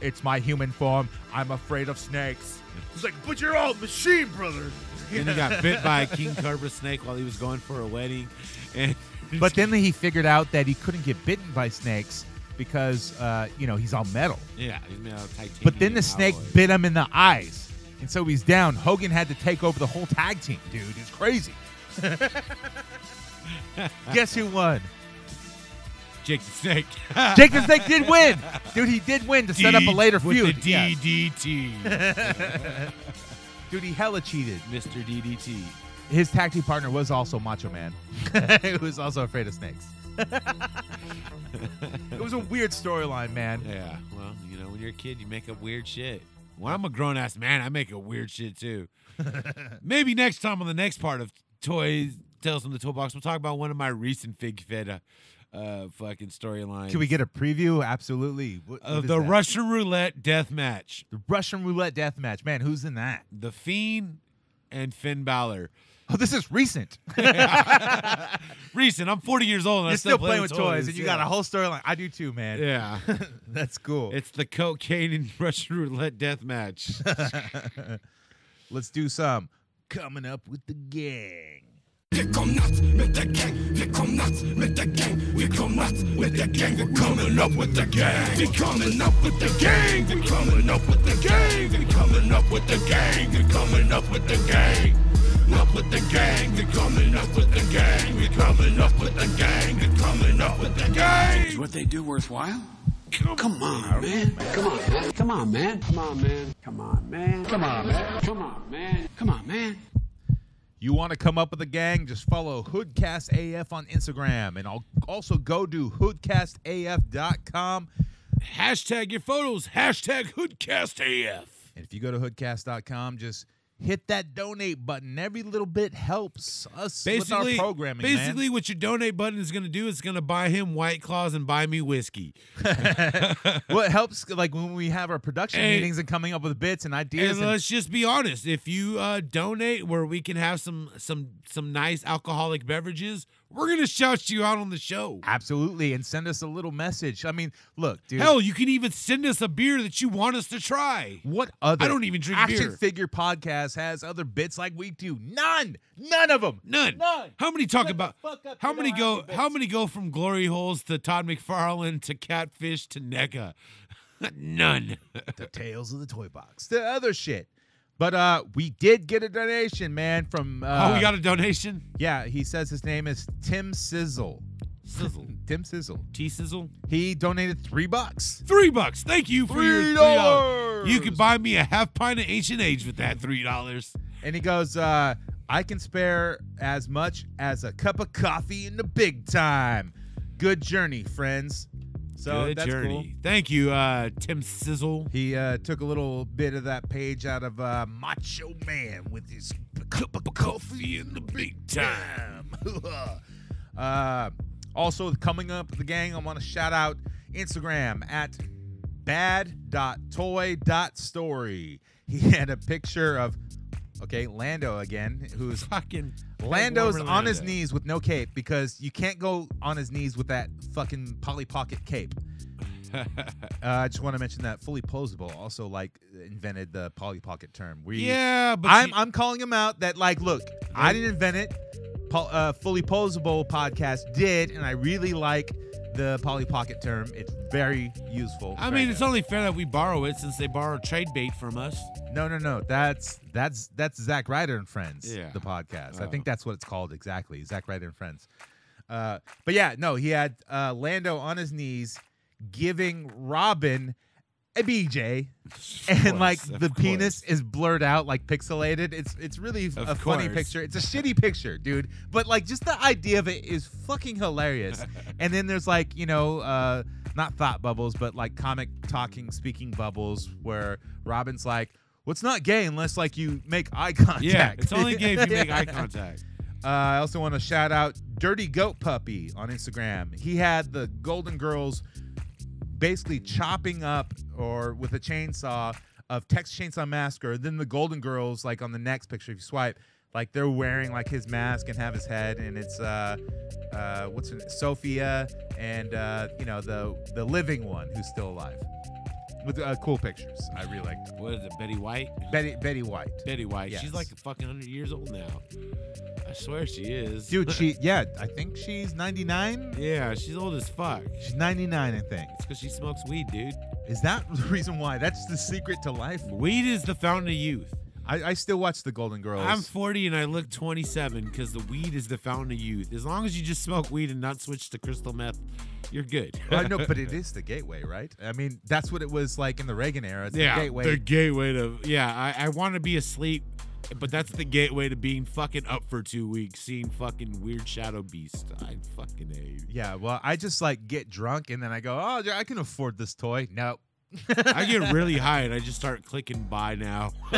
Speaker 3: it's my human form. I'm afraid of snakes. He's like, but you're all machine, brother.
Speaker 4: and he got bit by a king cobra snake while he was going for a wedding, and
Speaker 3: But then he figured out that he couldn't get bitten by snakes because uh, you know he's all metal.
Speaker 4: yeah, he's made out of titanium.
Speaker 3: But then the snake
Speaker 4: alloy.
Speaker 3: bit him in the eyes, and so he's down. Hogan had to take over the whole tag team, dude. It's crazy. Guess who won?
Speaker 4: Jake the Snake.
Speaker 3: Jake the Snake did win, dude. He did win to set up a later
Speaker 4: with
Speaker 3: feud.
Speaker 4: The
Speaker 3: Yes.
Speaker 4: DDT,
Speaker 3: Dude, he hella cheated.
Speaker 4: Mr. DDT.
Speaker 3: His tag team partner was also Macho Man, who was also afraid of snakes. it was a weird storyline, man.
Speaker 4: Yeah, well, you know, when you're a kid, you make up weird shit. Well, I'm a grown ass man. I make up weird shit too. Maybe next time on the next part of Toys Tales from the Toolbox, we'll talk about one of my recent Fig Fed uh, uh, fucking storylines.
Speaker 3: Can we get a preview? Absolutely. What- what
Speaker 4: of
Speaker 3: is
Speaker 4: the
Speaker 3: that?
Speaker 4: Russian roulette death match?
Speaker 3: The Russian roulette death match. Man, who's in that?
Speaker 4: The Fiend and Finn Balor.
Speaker 3: Oh, this is recent.
Speaker 4: Recent. I'm 40 years old. And
Speaker 3: You're
Speaker 4: I'm
Speaker 3: still playing with toys, and you got
Speaker 4: yeah.
Speaker 3: a whole storyline. I do too, man.
Speaker 4: Yeah,
Speaker 3: That's cool.
Speaker 4: it's the cocaine and Russian roulette death match.
Speaker 3: Let's do some coming up with the gang.
Speaker 9: Vi kom nuts with the gang, vi kom nuts with the gang, vi kom nuts with the gang, vi coming up with the gang, vi coming up with the gang, vi coming up with the gang, vi coming up with the gang, vi coming up with the gang. Up with the gang, we coming up with the gang, we coming up with the gang, we coming up with the gang.
Speaker 10: what they do worthwhile? Come on, man. Come on, man. Come on, man. Come on, man. Come on, man. Come on, man. Come on, man. Come on, man.
Speaker 3: You want to come up with a gang? Just follow Hoodcast AF on Instagram, and I'll also go to hoodcastaf.com.
Speaker 4: hashtag your photos. Hashtag HoodcastAF.
Speaker 3: And if you go to hoodcast.com, just hit that donate button. Every little bit helps us
Speaker 4: Basically,
Speaker 3: with our programming. man.
Speaker 4: basically, what your donate button is going to do is going to buy him White Claws and buy me whiskey.
Speaker 3: well, it helps like when we have our production
Speaker 4: Hey.
Speaker 3: meetings and coming up with bits and
Speaker 4: And
Speaker 3: ideas. and-
Speaker 4: let's just be honest: if you uh, donate, where we can have some some some nice alcoholic beverages, we're going to shout you out on the show.
Speaker 3: absolutely, and send us a little message. I mean, look, dude.
Speaker 4: Hell, you can even send us a beer that you want us to try.
Speaker 3: What other?
Speaker 4: I don't even drink
Speaker 3: action
Speaker 4: beer.
Speaker 3: figure podcast has other bits like we do. None, none of them.
Speaker 4: None.
Speaker 3: None.
Speaker 4: How many talk
Speaker 3: Shut the
Speaker 4: about?
Speaker 3: fuck up,
Speaker 4: How
Speaker 3: you
Speaker 4: many
Speaker 3: don't
Speaker 4: go?
Speaker 3: have any
Speaker 4: How many go from glory holes to Todd McFarlane to catfish to NECA? None.
Speaker 3: the tales of the toy box, the other shit. But uh, we did get a donation, man. From uh,
Speaker 4: oh, we got a donation.
Speaker 3: yeah. He says his name is Tim Sizzle.
Speaker 4: Sizzle.
Speaker 3: Tim Sizzle.
Speaker 4: T sizzle.
Speaker 3: He donated three bucks.
Speaker 4: Three bucks. Thank you for your
Speaker 3: Three
Speaker 4: three
Speaker 3: dollars.
Speaker 4: dollars. You could buy me a half pint of ancient age with that three dollars.
Speaker 3: And he goes, uh, I can spare as much as a cup of coffee in the big time. Good journey, friends. So
Speaker 4: Good
Speaker 3: that's cool.
Speaker 4: journey. Thank you, uh, Tim Sizzle.
Speaker 3: He uh, took a little bit of that page out of uh, Macho Man with his cup of coffee in the big time. uh, also, coming up, the gang, I want to shout out Instagram at bad.toy.story. He had a picture of, okay, Lando again, who's
Speaker 4: Fucking
Speaker 3: Lando's
Speaker 4: Warmer
Speaker 3: on his
Speaker 4: Lando.
Speaker 3: knees with no cape because you can't go on his knees with that fucking Polly Pocket cape. Uh, I just want to mention that fully posable also like invented the Polly Pocket term. We,
Speaker 4: Yeah, but
Speaker 3: I'm
Speaker 4: you-
Speaker 3: I'm calling him out. That like, look, I didn't invent it. Po- uh, fully posable podcast did, and I really like the Polly Pocket term. It's very useful.
Speaker 4: I
Speaker 3: Very
Speaker 4: mean, it's
Speaker 3: good.
Speaker 4: only fair that we borrow it since they borrow trade bait from us.
Speaker 3: no, no, no. That's that's that's Zach Ryder and Friends.
Speaker 4: Yeah.
Speaker 3: the podcast. I
Speaker 4: Oh.
Speaker 3: think that's what it's called exactly. Zach Ryder and Friends. Uh, but yeah, no, he had uh, Lando on his knees giving Robin a BJ. and like the penis is blurred out, like pixelated. It's it's really f-
Speaker 4: Of
Speaker 3: a funny
Speaker 4: course.
Speaker 3: picture. It's a shitty picture, dude. But like just the idea of it is fucking hilarious. and then there's like you know uh, not thought bubbles, but like comic talking speaking bubbles where Robin's like. What's not gay unless like you make eye contact?
Speaker 4: Yeah, it's only gay if you make eye
Speaker 3: Yeah.
Speaker 4: contact.
Speaker 3: Uh, I also want to shout out Dirty Goat Puppy on Instagram. He had the Golden Girls basically chopping up or with a chainsaw of Texas Chainsaw Massacre. Then the Golden Girls, like on the next picture, if you swipe, like they're wearing like his mask and have his head, and it's uh, uh, what's her name? Sophia and uh, you know the the living one who's still alive. With uh, cool pictures, I really liked them.
Speaker 4: What is it, Betty White?
Speaker 3: Betty Betty White.
Speaker 4: Betty White.
Speaker 3: Yes.
Speaker 4: She's like fucking hundred years old now. I swear she is.
Speaker 3: Dude, she yeah, I think she's 99.
Speaker 4: Yeah, she's old as fuck.
Speaker 3: She's 99, I think.
Speaker 4: It's because she smokes weed, dude.
Speaker 3: Is that the reason why? That's the secret to life.
Speaker 4: Weed is the fountain of youth.
Speaker 3: I, I still watch the Golden Girls.
Speaker 4: I'm 40 and I look 27 because the weed is the fountain of youth. As long as you just smoke weed and not switch to crystal meth, you're good.
Speaker 3: I know, but it is the gateway, right? I mean, that's what it was like in the Reagan era. It's
Speaker 4: yeah,
Speaker 3: the gateway.
Speaker 4: the gateway to yeah. I, I want to be asleep, but that's the gateway to being fucking up for two weeks, seeing fucking weird shadow beast. I fucking hate.
Speaker 3: yeah, well, I just like get drunk and then I go, oh, I can afford this toy. No.
Speaker 4: I get really high and I just start clicking buy now.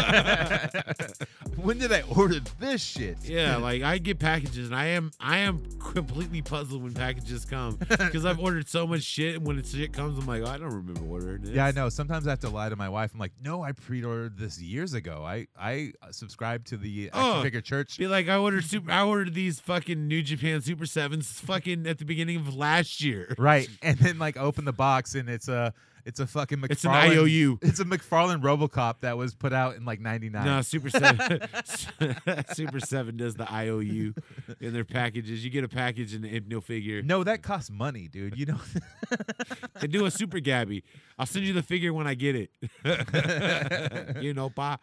Speaker 3: when did I order this shit?
Speaker 4: Yeah, like I get packages, and I am I am completely puzzled when packages come because I've ordered so much shit, and when it shit comes, I'm like, "Oh, I don't remember ordering this.
Speaker 3: Yeah, I know. Sometimes I have to lie to my wife. I'm like, no, I pre-ordered this years ago. I I uh, subscribed to the uh, action
Speaker 4: Oh,
Speaker 3: figure church.
Speaker 4: Be like, I ordered super, I ordered these fucking New Japan Super Sevens fucking at the beginning of last year.
Speaker 3: Right, and then like open the box and it's a it's a fucking McFarlane.
Speaker 4: It's an IOU.
Speaker 3: It's a McFarlane RoboCop that was put out in like '99.
Speaker 4: No, Super Seven, Super Seven does the IOU in their packages. You get a package and an Imp no figure.
Speaker 3: No, that costs money, dude. You know,
Speaker 4: They do a Super Gabby. I'll send you the figure when I get it. you know, pa.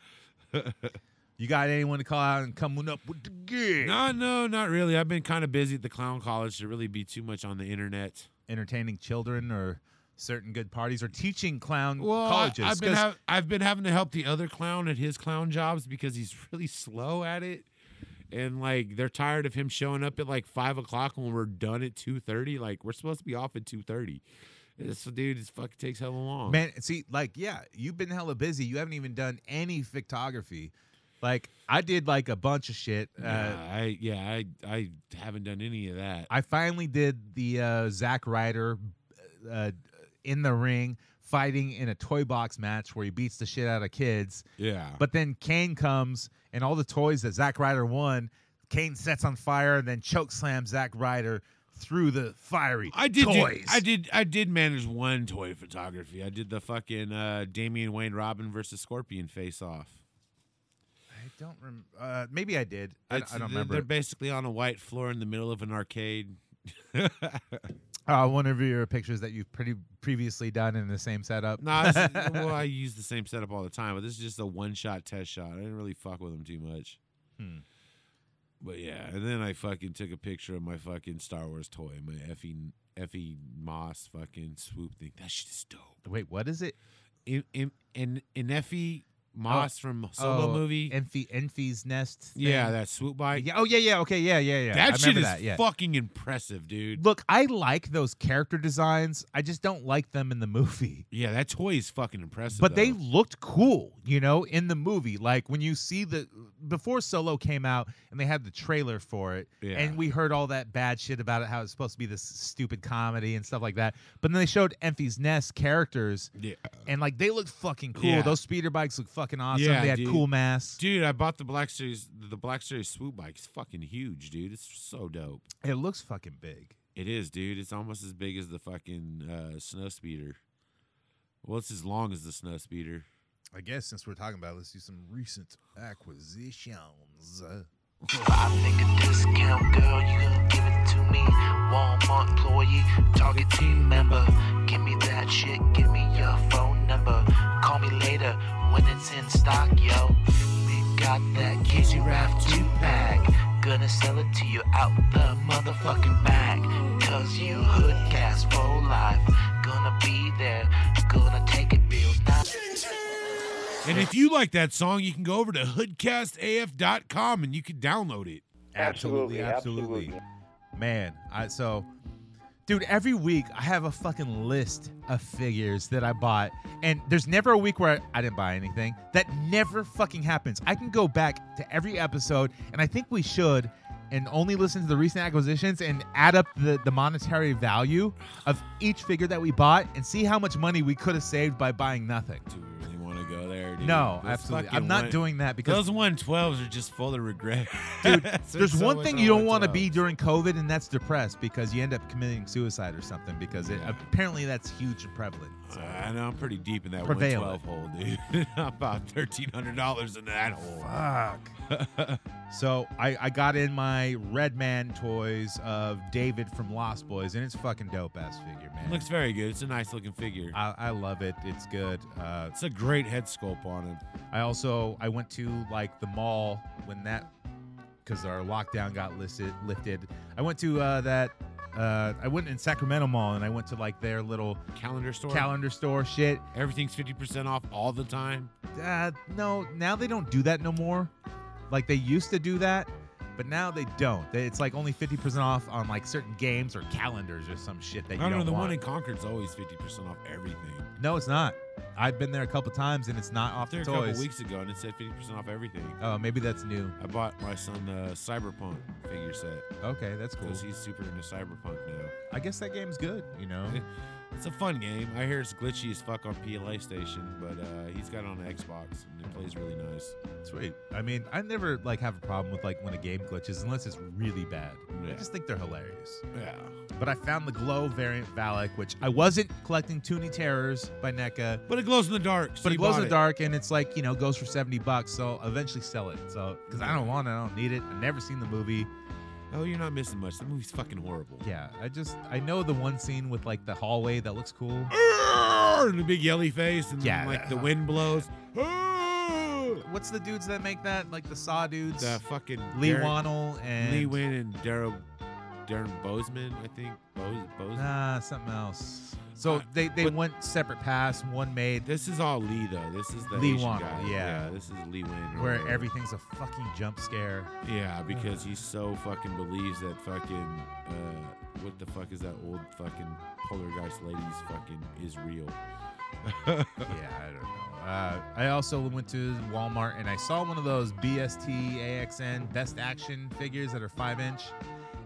Speaker 3: you got anyone to call out and come up with the gig?
Speaker 4: No, no, not really. I've been kind of busy at the clown college to really be too much on the internet.
Speaker 3: Entertaining children or certain good parties or teaching clown
Speaker 4: Well,
Speaker 3: colleges.
Speaker 4: I, have been
Speaker 3: 'cause-
Speaker 4: hav- I've been having to help the other clown at his clown jobs because he's really slow at it, and like they're tired of him showing up at like five o'clock when we're done at two thirty. Like we're supposed to be off at two thirty. This dude, this fucking takes hella long.
Speaker 3: man, see, like, yeah, you've been hella busy. You haven't even done any photography. Like, I did like a bunch of shit. Uh,
Speaker 4: yeah, I yeah, I I haven't done any of that.
Speaker 3: I finally did the uh, Zack Ryder uh, in the ring fighting in a toy box match where he beats the shit out of kids.
Speaker 4: yeah,
Speaker 3: But then Kane comes and all the toys that Zack Ryder won, Kane sets on fire and then choke slams Zack Ryder through the fiery
Speaker 4: I did. do-
Speaker 3: toys.
Speaker 4: I did. I did manage one toy photography. I did the fucking uh, Damian Wayne Robin versus Scorpion face off.
Speaker 3: I don't remember. Uh, maybe I did. I, I
Speaker 4: It's-
Speaker 3: don't
Speaker 4: they're-
Speaker 3: remember.
Speaker 4: They're basically on a white floor in the middle of an arcade.
Speaker 3: Uh, one of your pictures that you've pretty previously done in the same setup.
Speaker 4: Nah, this is- well, I use the same setup all the time, but this is just a one-shot test shot. I didn't really fuck with them too much.
Speaker 3: Hmm.
Speaker 4: But yeah, and then I fucking took a picture of my fucking Star Wars toy, my effie effie Moss fucking swoop thing. That shit is dope.
Speaker 3: Wait, what is it?
Speaker 4: In in in, in effie Moss from Solo
Speaker 3: Oh,
Speaker 4: movie.
Speaker 3: Enfi Enfi's Nest. thing?
Speaker 4: yeah, that swoop bike.
Speaker 3: Yeah. Oh yeah, yeah. Okay, yeah, yeah, yeah. I
Speaker 4: that shit
Speaker 3: remember
Speaker 4: is
Speaker 3: that, yeah.
Speaker 4: fucking impressive, dude.
Speaker 3: Look, I like those character designs. I just don't like them in the movie.
Speaker 4: Yeah, that toy is fucking impressive.
Speaker 3: But they
Speaker 4: though.
Speaker 3: looked cool, you know, in the movie. Like when you see the before Solo came out and they had the trailer for it,
Speaker 4: Yeah.
Speaker 3: and we heard all that bad shit about it, how it's supposed to be this stupid comedy and stuff like that. But then they showed Enfy's Nest characters,
Speaker 4: yeah.
Speaker 3: and like they looked fucking cool.
Speaker 4: Yeah.
Speaker 3: Those speeder bikes look fucking awesome.
Speaker 4: Yeah,
Speaker 3: they had
Speaker 4: dude.
Speaker 3: cool masks.
Speaker 4: Dude, I bought the Black Series. The Black Series swoop bike. It's fucking huge, dude. It's so dope.
Speaker 3: It looks fucking big.
Speaker 4: It is, dude. It's almost as big as the fucking uh, snow speeder. Well, it's as long as the snow speeder.
Speaker 3: I guess since we're talking about, it, let's do some recent acquisitions.
Speaker 11: Five nigga discount, girl, you gonna give it to me. Walmart employee, Target team member. Give me that shit, give me your phone number. Call me later when it's in stock, yo. We got that Casey Raft 2 pack. Gonna sell it to you out the motherfucking bag. Cause you hood cats for life. Gonna be there, gonna take it real nice.
Speaker 4: And if you like that song, you can go over to hoodcastaf.com and you can download it.
Speaker 3: Absolutely, absolutely. Man, I so dude, every week I have a fucking list of figures that I bought, and there's never a week where I, I didn't buy anything. That never fucking happens. I can go back to every episode, and I think we should, and only listen to the recent acquisitions and add up the, the monetary value of each figure that we bought and see how much money we could have saved by buying nothing.
Speaker 4: Do we really want to go there? Dude?
Speaker 3: No,
Speaker 4: Those
Speaker 3: absolutely.
Speaker 4: fucking
Speaker 3: I'm not
Speaker 4: one-
Speaker 3: doing that because-
Speaker 4: those 112s are just full of regret.
Speaker 3: Dude,
Speaker 4: That's
Speaker 3: there's
Speaker 4: so
Speaker 3: one
Speaker 4: much
Speaker 3: thing
Speaker 4: on
Speaker 3: you don't want to
Speaker 4: 112s.
Speaker 3: be during COVID, and that's depressed because you end up committing suicide or something because it, apparently that's huge and prevalent.
Speaker 4: Uh, I know I'm pretty deep in that 112
Speaker 3: Prevalent.
Speaker 4: hole, dude. I'm About $1,300 in that hole.
Speaker 3: Fuck. so I, I got in my Red Man toys of David from Lost Boys, and it's a fucking dope ass figure, man.
Speaker 4: Looks very good. It's a nice looking figure.
Speaker 3: I, I love it. It's good. Uh,
Speaker 4: it's a great head sculpt on him.
Speaker 3: I also I went to like the mall when that because our lockdown got listed lifted. I went to uh, that. Uh, I went in Sacramento Mall and I went to like their little
Speaker 4: Calendar store.
Speaker 3: calendar store shit.
Speaker 4: Everything's 50% off all the time.
Speaker 3: Uh, no, now they don't do that no more. Like they used to do that, but now they don't. They- It's like only fifty percent off on like certain games or calendars or some shit that
Speaker 4: I
Speaker 3: you
Speaker 4: don't know. The
Speaker 3: want.
Speaker 4: one in Concord's always 50% off everything.
Speaker 3: no, it's not. I've been there a couple times and it's not off
Speaker 4: There
Speaker 3: the
Speaker 4: a couple
Speaker 3: toys.
Speaker 4: weeks ago, and it said 50% off everything.
Speaker 3: Oh, maybe that's new.
Speaker 4: I bought my son the Cyberpunk figure set
Speaker 3: Okay, that's cool.
Speaker 4: because he's super into Cyberpunk now.
Speaker 3: I guess that game's good. You know.
Speaker 4: It's a fun game. I hear it's glitchy as fuck on PLA station, but uh, he's got it on Xbox and it plays really nice.
Speaker 3: Sweet. I mean, I never like have a problem with like when a game glitches unless it's really bad. I
Speaker 4: Yeah.
Speaker 3: just think they're hilarious.
Speaker 4: Yeah.
Speaker 3: But I found the glow variant Valak, which I wasn't collecting Toonie Terrors by NECA.
Speaker 4: But it glows in the dark. so
Speaker 3: But it
Speaker 4: you
Speaker 3: glows in
Speaker 4: bought
Speaker 3: the dark and it's like, you know, goes for 70 bucks, so I'll eventually sell it. So because I don't want it, I don't need it. I've never seen the movie.
Speaker 4: Oh, you're not missing much. The movie's fucking horrible.
Speaker 3: Yeah, I just I know the one scene with like the hallway that looks cool.
Speaker 4: Arr, and the big yelly face, and
Speaker 3: Yeah.
Speaker 4: then, like the wind blows. Arr!
Speaker 3: What's the dudes that make that? Like the saw dudes?
Speaker 4: The fucking
Speaker 3: Lee
Speaker 4: Derek-
Speaker 3: Wannell and
Speaker 4: Lee Win and Darren Darren Bozeman, I think. Bo- Bozeman.
Speaker 3: Nah, something else. So
Speaker 4: Uh,
Speaker 3: they, they went separate paths, one made
Speaker 4: This is all Lee though. This is the
Speaker 3: Lee
Speaker 4: Asian
Speaker 3: Wannell,
Speaker 4: guy.
Speaker 3: yeah.
Speaker 4: this is Lee Win. or
Speaker 3: where
Speaker 4: whatever.
Speaker 3: everything's a fucking jump scare.
Speaker 4: Yeah, because he so fucking believes that fucking uh, what the fuck is that old fucking poltergeist lady's fucking is real.
Speaker 3: yeah, I don't know. Uh, I also went to Walmart and I saw one of those BST AXN Best Action figures that are five inch,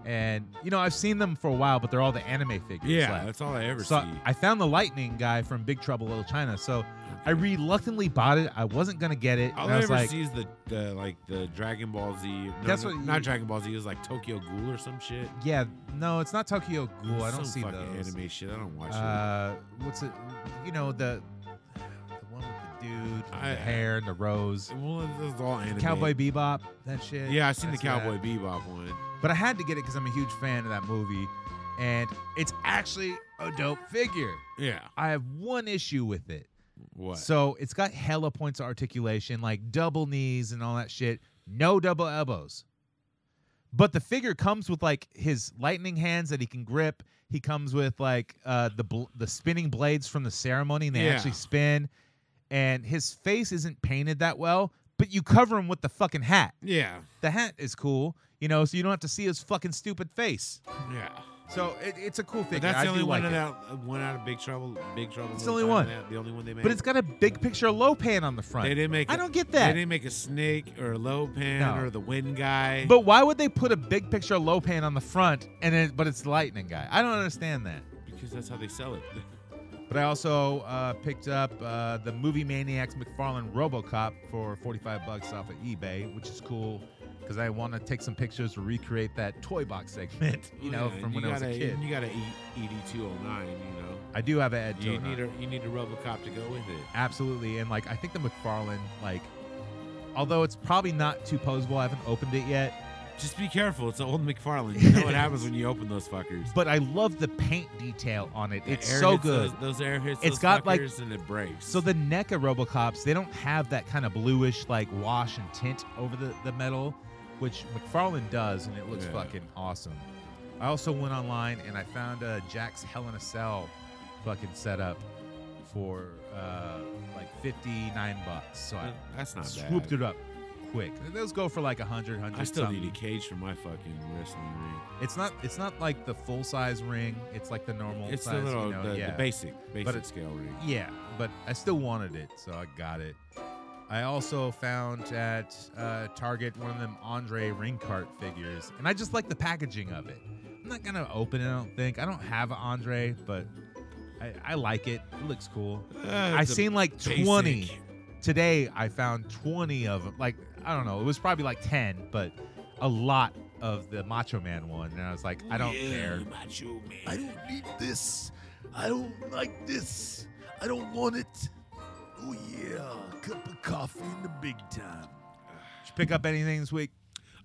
Speaker 3: and you know I've seen them for a while, but they're all the anime figures.
Speaker 4: Yeah,
Speaker 3: left.
Speaker 4: that's all I ever
Speaker 3: so
Speaker 4: see.
Speaker 3: I found the Lightning guy from Big Trouble Little China, so I reluctantly bought it. I wasn't gonna get it.
Speaker 4: All
Speaker 3: and I
Speaker 4: I
Speaker 3: was
Speaker 4: ever
Speaker 3: like,
Speaker 4: see is the, the like the Dragon Ball Z. No,
Speaker 3: That's
Speaker 4: no,
Speaker 3: what you-
Speaker 4: not Dragon Ball Z. It was like Tokyo Ghoul or some shit.
Speaker 3: yeah, no, it's not Tokyo Ghoul. I
Speaker 4: Some
Speaker 3: don't see
Speaker 4: fucking
Speaker 3: those.
Speaker 4: anime shit. I don't watch it.
Speaker 3: Uh, what's it? You know the the one with the dude, with
Speaker 4: I-
Speaker 3: the hair, and the rose.
Speaker 4: Well, this is all anime.
Speaker 3: Cowboy Bebop, that shit.
Speaker 4: Yeah, I seen the
Speaker 3: That's
Speaker 4: Cowboy
Speaker 3: rad.
Speaker 4: Bebop one.
Speaker 3: But I had to get it because I'm a huge fan of that movie, and it's actually a dope figure.
Speaker 4: Yeah.
Speaker 3: I have one issue with it.
Speaker 4: What?
Speaker 3: So it's got hella points of articulation, like double knees and all that shit. No double elbows. But the figure comes with like his lightning hands that he can grip. He comes with like uh, the bl- the spinning blades from the ceremony, and they
Speaker 4: Yeah.
Speaker 3: actually spin. And his face isn't painted that well, but you cover him with the fucking hat.
Speaker 4: yeah.
Speaker 3: The hat is cool, you know, so you don't have to see his fucking stupid face.
Speaker 4: Yeah.
Speaker 3: So it, it's a cool
Speaker 4: But
Speaker 3: figure.
Speaker 4: that's
Speaker 3: I
Speaker 4: the only
Speaker 3: do
Speaker 4: one
Speaker 3: like it.
Speaker 4: out one out of Big Trouble. Big Trouble.
Speaker 3: It's the
Speaker 4: Little
Speaker 3: only one.
Speaker 4: China, that- The only one they made.
Speaker 3: But it's got a big picture of Lopan on the front.
Speaker 4: They didn't make.
Speaker 3: I
Speaker 4: a-
Speaker 3: don't get that.
Speaker 4: They didn't make a snake or a Lopan
Speaker 3: No.
Speaker 4: or the wind guy.
Speaker 3: But why would they put a big picture of Lopan on the front and it, but it's the Lightning guy? I don't understand that.
Speaker 4: because that's how they sell it.
Speaker 3: But I also uh, picked up uh, the Movie Maniacs McFarlane RoboCop for 45 bucks off of eBay, which is cool because I want to take some pictures to recreate that toy box segment, you know,
Speaker 4: Yeah,
Speaker 3: from
Speaker 4: you
Speaker 3: when I was a
Speaker 4: gotta- E
Speaker 3: kid.
Speaker 4: You got to eat ED two hundred oh nine. You know.
Speaker 3: I do have an Ed
Speaker 4: You
Speaker 3: Jonah.
Speaker 4: need a you need a RoboCop to go with it.
Speaker 3: Absolutely. And like I think the McFarlane, like although it's probably not too posable, I haven't opened it yet.
Speaker 4: Just be careful. It's an old McFarlane. You know what happens when you open those fuckers.
Speaker 3: But I love the paint detail on it.
Speaker 4: The
Speaker 3: It's
Speaker 4: air
Speaker 3: so
Speaker 4: hits
Speaker 3: good.
Speaker 4: Those, those air hits.
Speaker 3: It's
Speaker 4: those
Speaker 3: got, like-
Speaker 4: fuckers and it breaks.
Speaker 3: So the neck of RoboCops, they don't have that kind of bluish like wash and tint over the, the metal, which McFarlane does, and it looks
Speaker 4: Yeah.
Speaker 3: fucking awesome. I also went online and I found uh, Jack's Hell in a Cell fucking setup for uh, like 59 bucks. So I
Speaker 4: Uh, that's not
Speaker 3: swooped
Speaker 4: bad.
Speaker 3: it up quick. Those go for like 100, 100
Speaker 4: I still
Speaker 3: something.
Speaker 4: need a cage for my fucking wrestling ring.
Speaker 3: It's not it's not like the full size ring. It's like the normal
Speaker 4: It's the
Speaker 3: size,
Speaker 4: little
Speaker 3: you know,
Speaker 4: the, the
Speaker 3: yeah.
Speaker 4: basic basic
Speaker 3: it-
Speaker 4: scale ring.
Speaker 3: Yeah, but I still wanted it, so I got it. I also found at uh, Target one of them Andre ring cart figures, and I just like the packaging of it. I'm not gonna open it. I don't think I don't have an Andre, but I, I like it. It looks cool.
Speaker 4: Uh,
Speaker 3: I
Speaker 4: it's a
Speaker 3: seen like
Speaker 4: basic.
Speaker 3: 20 today. I found 20 of them. Like I don't know, it was probably like 10, but a lot of the Macho Man one, and I was like, I don't care.
Speaker 9: I don't need this. I don't like this. I don't want it. Oh yeah, cup of coffee in the big time.
Speaker 3: Did you pick up anything this week?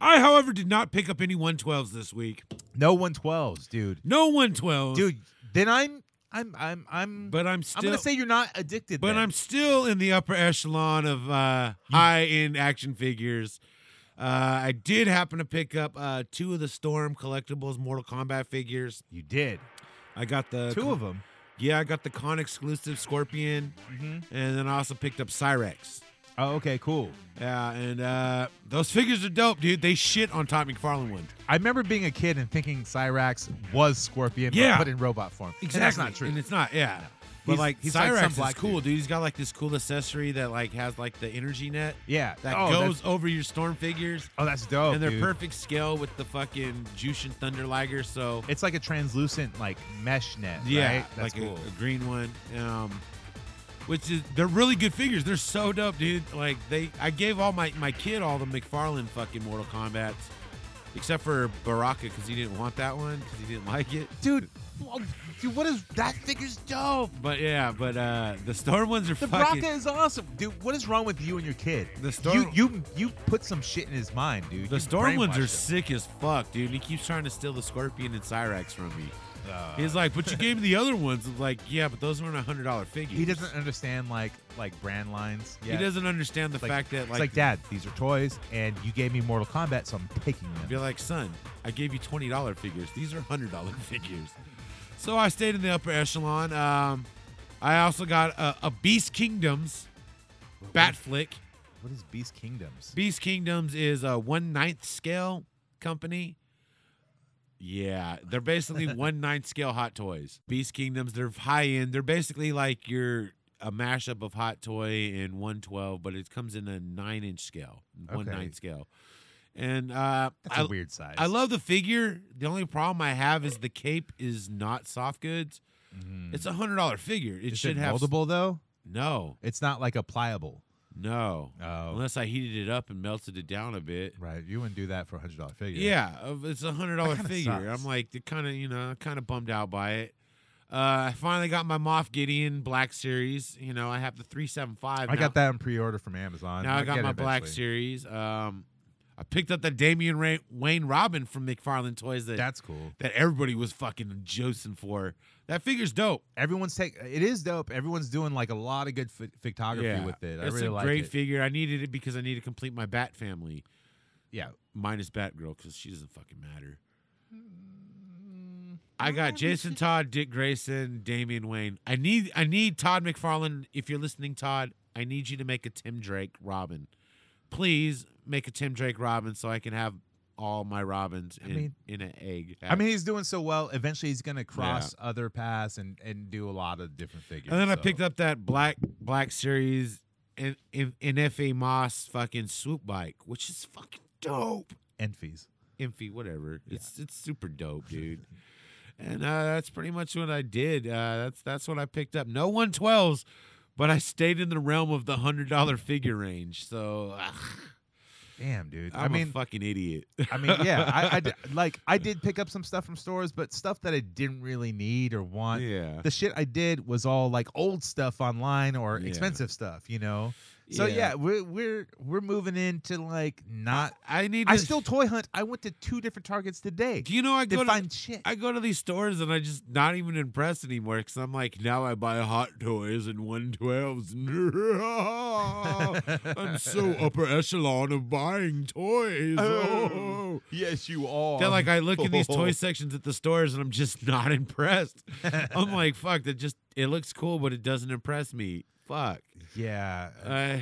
Speaker 4: I, however, did not pick up any 112s this week.
Speaker 3: No 112s, dude.
Speaker 4: No 112s,
Speaker 3: dude. Then I'm I'm I'm I'm.
Speaker 4: But I'm still.
Speaker 3: I'm gonna say you're not addicted.
Speaker 4: But
Speaker 3: then. Hmm.
Speaker 4: I'm still in the upper echelon of uh, high end action figures. Uh, I did happen to pick up uh, two of the Storm collectibles Mortal Kombat figures.
Speaker 3: You did
Speaker 4: I got the
Speaker 3: two of them.
Speaker 4: Yeah, I got the con exclusive Scorpion,
Speaker 3: Mm-hmm.
Speaker 4: and then I also picked up Cyrex.
Speaker 3: Oh, okay, cool.
Speaker 4: Yeah, and uh, those figures are dope, dude. They shit on Todd McFarlane ones.
Speaker 3: I remember being a kid and thinking Cyrax was Scorpion, but
Speaker 4: Yeah.
Speaker 3: put in robot form. And that's not true.
Speaker 4: And it's not, yeah. But
Speaker 3: He's-
Speaker 4: like
Speaker 3: he's like
Speaker 4: Cyrex
Speaker 3: some
Speaker 4: is
Speaker 3: black
Speaker 4: cool,
Speaker 3: dude.
Speaker 4: dude. He's got like this cool accessory that like has like the energy net
Speaker 3: yeah,
Speaker 4: that
Speaker 3: oh,
Speaker 4: goes
Speaker 3: That's,
Speaker 4: over your storm figures.
Speaker 3: oh, that's dope.
Speaker 4: and they're
Speaker 3: dude.
Speaker 4: perfect scale with the fucking Jushin Thunder Liger. So
Speaker 3: It's like a translucent like mesh net.
Speaker 4: yeah,
Speaker 3: right? that's
Speaker 4: like a-
Speaker 3: cool.
Speaker 4: a, green one. Um, which is they're really good figures. They're so dope, dude. Like they, I gave all my my kid all the McFarlane fucking Mortal Kombat, except for Baraka because he didn't want that one because he didn't like it.
Speaker 3: dude, well, dude, what is that figure's dope?
Speaker 4: But yeah, but uh the storm ones are
Speaker 3: The
Speaker 4: fucking.
Speaker 3: Braca is awesome, dude. What is wrong with you and your kid?
Speaker 4: The storm-
Speaker 3: you you you put some shit in his mind, dude.
Speaker 4: The
Speaker 3: You
Speaker 4: storm ones
Speaker 3: brainwashed
Speaker 4: are
Speaker 3: him.
Speaker 4: sick as fuck, dude. He keeps trying to steal the scorpion and Cyrax from me.
Speaker 3: Uh.
Speaker 4: He's like, but you gave me the other ones. I'm like, yeah, but those weren't a hundred dollar figures.
Speaker 3: He doesn't understand like like brand lines.
Speaker 4: He doesn't understand the
Speaker 3: Like-
Speaker 4: fact that
Speaker 3: it's
Speaker 4: like,
Speaker 3: like, Dad, these are toys, and you gave me Mortal Kombat, so I'm picking them.
Speaker 4: Be like, son, I gave you twenty dollar figures. These are hundred dollar figures. So I stayed in the upper echelon. Um, I also got a, a Beast Kingdoms, Batflick.
Speaker 3: What is Beast Kingdoms?
Speaker 4: Beast Kingdoms is a one ninth scale company. Yeah, they're basically one ninth scale hot toys. Beast Kingdoms, they're high end. They're basically like your a mashup of hot toy and 112, but it comes in a nine inch scale, one
Speaker 3: Okay.
Speaker 4: ninth scale. And uh,
Speaker 3: That's
Speaker 4: I
Speaker 3: a weird size.
Speaker 4: I love the figure. The only problem I have is the cape is not soft goods. It's a hundred dollar figure. It
Speaker 3: Mm-hmm. Is
Speaker 4: should
Speaker 3: it
Speaker 4: have s-
Speaker 3: moldable though.
Speaker 4: No,
Speaker 3: It's not like a pliable.
Speaker 4: no.
Speaker 3: Oh.
Speaker 4: Unless I heated it up and melted it down a bit.
Speaker 3: Right, you wouldn't do that for a hundred dollar figure.
Speaker 4: Yeah, of- it's a hundred dollar
Speaker 3: kinda
Speaker 4: figure.
Speaker 3: sucks.
Speaker 4: I'm like kind of you know kind of bummed out by it. Uh, I finally got my Moff Gideon Black Series. You know, I have the three seven five.
Speaker 3: I got that in pre order from Amazon.
Speaker 4: Now
Speaker 3: I'll
Speaker 4: I got
Speaker 3: get it
Speaker 4: my Black
Speaker 3: eventually.
Speaker 4: Series. Um, I picked up that Damian Ray- Wayne Robin from McFarlane Toys that
Speaker 3: That's cool.
Speaker 4: that everybody was fucking josing for. That figure's dope.
Speaker 3: Everyone's take. It is dope. Everyone's doing like a lot of good fi- fictography with it. I
Speaker 4: it's
Speaker 3: really
Speaker 4: a
Speaker 3: like
Speaker 4: great
Speaker 3: it.
Speaker 4: figure. I needed it because I need to complete my Bat family
Speaker 3: yeah,
Speaker 4: minus Batgirl because she doesn't fucking matter. I got Jason Todd, Dick Grayson, Damian Wayne. I need I need Todd McFarlane. If you're listening, Todd, I need you to make a Tim Drake Robin. Please make a Tim Drake Robin so I can have all my Robins in,
Speaker 3: mean-
Speaker 4: in an egg.
Speaker 3: I mean he's doing so well. Eventually he's gonna cross other paths and and do a lot of different figures.
Speaker 4: And then I
Speaker 3: so.
Speaker 4: picked up that black black series and NFA Moss fucking swoop bike, which is fucking dope.
Speaker 3: Enfies.
Speaker 4: Infi, whatever. It's it's super dope, dude. and uh, that's pretty much what I did. Uh, that's that's what I picked up. No one twelves, but I stayed in the realm of the hundred dollar figure range. So ah,
Speaker 3: Damn, dude.
Speaker 4: I'm
Speaker 3: I mean,
Speaker 4: a fucking idiot.
Speaker 3: I mean, yeah, I, I d- like I did pick up some stuff from stores, but stuff that I didn't really need or want.
Speaker 4: Yeah.
Speaker 3: The shit I did was all like old stuff online or
Speaker 4: Yeah.
Speaker 3: expensive stuff, you know. So
Speaker 4: Yeah.
Speaker 3: yeah, we're we're we're moving into like not.
Speaker 4: I need.
Speaker 3: I
Speaker 4: to-
Speaker 3: still toy hunt. I went to two different Targets today.
Speaker 4: Do you know I
Speaker 3: to
Speaker 4: go to
Speaker 3: find shit.
Speaker 4: I go to these stores and I just not even impressed anymore because I'm like now I buy hot toys and 112s. I'm so upper echelon of buying toys. Oh.
Speaker 3: yes, you are.
Speaker 4: They're like I look in these
Speaker 3: Oh.
Speaker 4: toy sections at the stores and I'm just not impressed. I'm like fuck that just it looks cool but it doesn't impress me. Fuck.
Speaker 3: Yeah.
Speaker 4: Uh,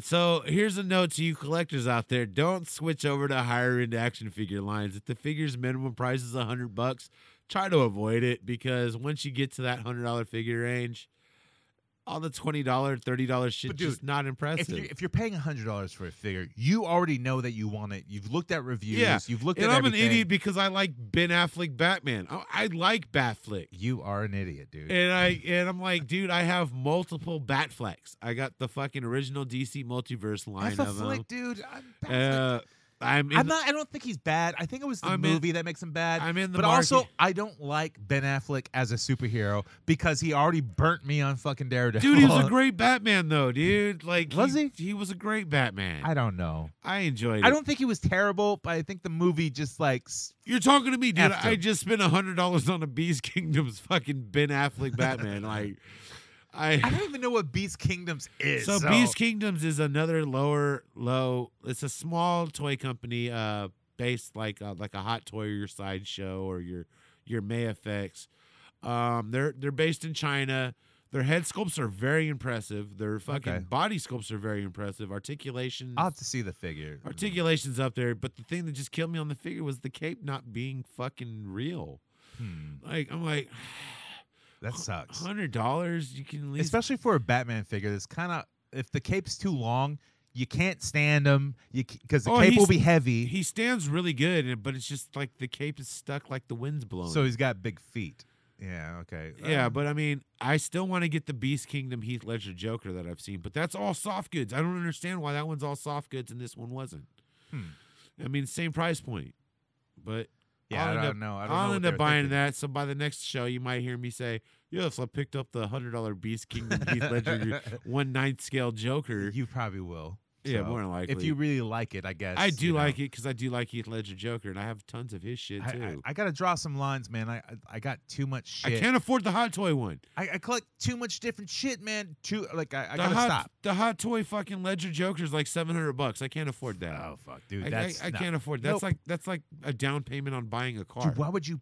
Speaker 4: so here's a note to you collectors out there: Don't switch over to higher end action figure lines. If the figure's minimum price is a hundred bucks, try to avoid it because once you get to that hundred dollar figure range, all the twenty dollar, thirty dollar shit
Speaker 3: But dude,
Speaker 4: just not
Speaker 3: If
Speaker 4: impressive.
Speaker 3: you're, if you're paying hundred dollars for a figure, you already know that you want it. You've looked at reviews.
Speaker 4: yeah,
Speaker 3: You've looked
Speaker 4: and
Speaker 3: at.
Speaker 4: I'm
Speaker 3: everything.
Speaker 4: an idiot because I like Ben Affleck Batman. I, I like Batflick.
Speaker 3: You are an idiot, dude.
Speaker 4: And I and I'm like, dude, I have multiple Batflecks. I got the fucking original DC multiverse line
Speaker 3: That's a
Speaker 4: of them.
Speaker 3: flick, dude. I'm, baffled.
Speaker 4: Uh, I'm in
Speaker 3: I'm
Speaker 4: the-
Speaker 3: not. I don't think he's bad. I think it was the
Speaker 4: I'm in-
Speaker 3: movie that makes him bad.
Speaker 4: I'm in the
Speaker 3: but
Speaker 4: market.
Speaker 3: also, I don't like Ben Affleck as a superhero because he already burnt me on fucking Daredevil.
Speaker 4: Dude, he was a great Batman though, dude. Like
Speaker 3: Was
Speaker 4: He, was a great Batman.
Speaker 3: I
Speaker 4: I,
Speaker 3: don't know.
Speaker 4: enjoyed it.
Speaker 3: I don't think he was terrible, but I think the movie just like s-
Speaker 4: You're talking to me, dude.
Speaker 3: After.
Speaker 4: I just spent hundred dollars on a Beast Kingdom's fucking Ben Affleck Batman. like
Speaker 3: I
Speaker 4: I
Speaker 3: don't even know what Beast Kingdoms is.
Speaker 4: so,
Speaker 3: So,
Speaker 4: Beast Kingdoms is another lower low. It's a small toy company, uh, based like uh, like a hot toy or your sideshow or your your Mayfx. Um, they're they're based in China. Their head sculpts are very impressive. Their fucking
Speaker 3: Okay.
Speaker 4: body sculpts are very impressive. Articulation.
Speaker 3: I'll have to see the figure.
Speaker 4: Articulation's up there, but the thing that just killed me on the figure was the cape not being fucking real.
Speaker 3: Hmm,
Speaker 4: Like I'm like,
Speaker 3: that sucks.
Speaker 4: Hundred dollars, you can at least.
Speaker 3: Especially for a Batman figure that's kind of if the cape's too long, you can't stand him. You because the
Speaker 4: Oh,
Speaker 3: cape will
Speaker 4: he's-
Speaker 3: be heavy,
Speaker 4: he stands really good, and- but it's just like the cape is stuck, like the wind's blowing.
Speaker 3: so he's got big feet. Yeah. Okay.
Speaker 4: yeah,
Speaker 3: Um,
Speaker 4: but I mean, I still want to get the Beast Kingdom Heath Ledger Joker that I've seen, but that's all soft goods. I don't understand why that one's all soft goods and this one wasn't.
Speaker 3: Hmm.
Speaker 4: I mean, same price point, but
Speaker 3: Yeah,
Speaker 4: I'll
Speaker 3: I
Speaker 4: end
Speaker 3: don't
Speaker 4: up-
Speaker 3: know. Oh, I don't
Speaker 4: I'll
Speaker 3: know what
Speaker 4: end
Speaker 3: they
Speaker 4: up
Speaker 3: were
Speaker 4: buying
Speaker 3: thinking.
Speaker 4: that. So by the next show, you might hear me say, "Yes, I picked up the hundred dollar Beast Kingdom Heath Ledger one ninth scale Joker."
Speaker 3: You probably will.
Speaker 4: Yeah,
Speaker 3: So,
Speaker 4: more than likely.
Speaker 3: If you really like it, I guess.
Speaker 4: I do
Speaker 3: you know.
Speaker 4: like it because I do like Heath Ledger Joker, and I have tons of his shit
Speaker 3: I, I,
Speaker 4: too. I,
Speaker 3: I gotta draw some lines, man. I I- I got too much shit.
Speaker 4: can't afford the hot toy one.
Speaker 3: I, I collect too much different shit, man. Too like I, I
Speaker 4: the
Speaker 3: gotta
Speaker 4: hot,
Speaker 3: stop.
Speaker 4: The hot toy fucking Ledger Joker is like seven hundred bucks. I can't afford that.
Speaker 3: Oh fuck, dude.
Speaker 4: I- I,
Speaker 3: that's
Speaker 4: I,
Speaker 3: not-
Speaker 4: can't afford. That's
Speaker 3: Nope.
Speaker 4: like that's like a down payment on buying a car.
Speaker 3: Dude, why would you?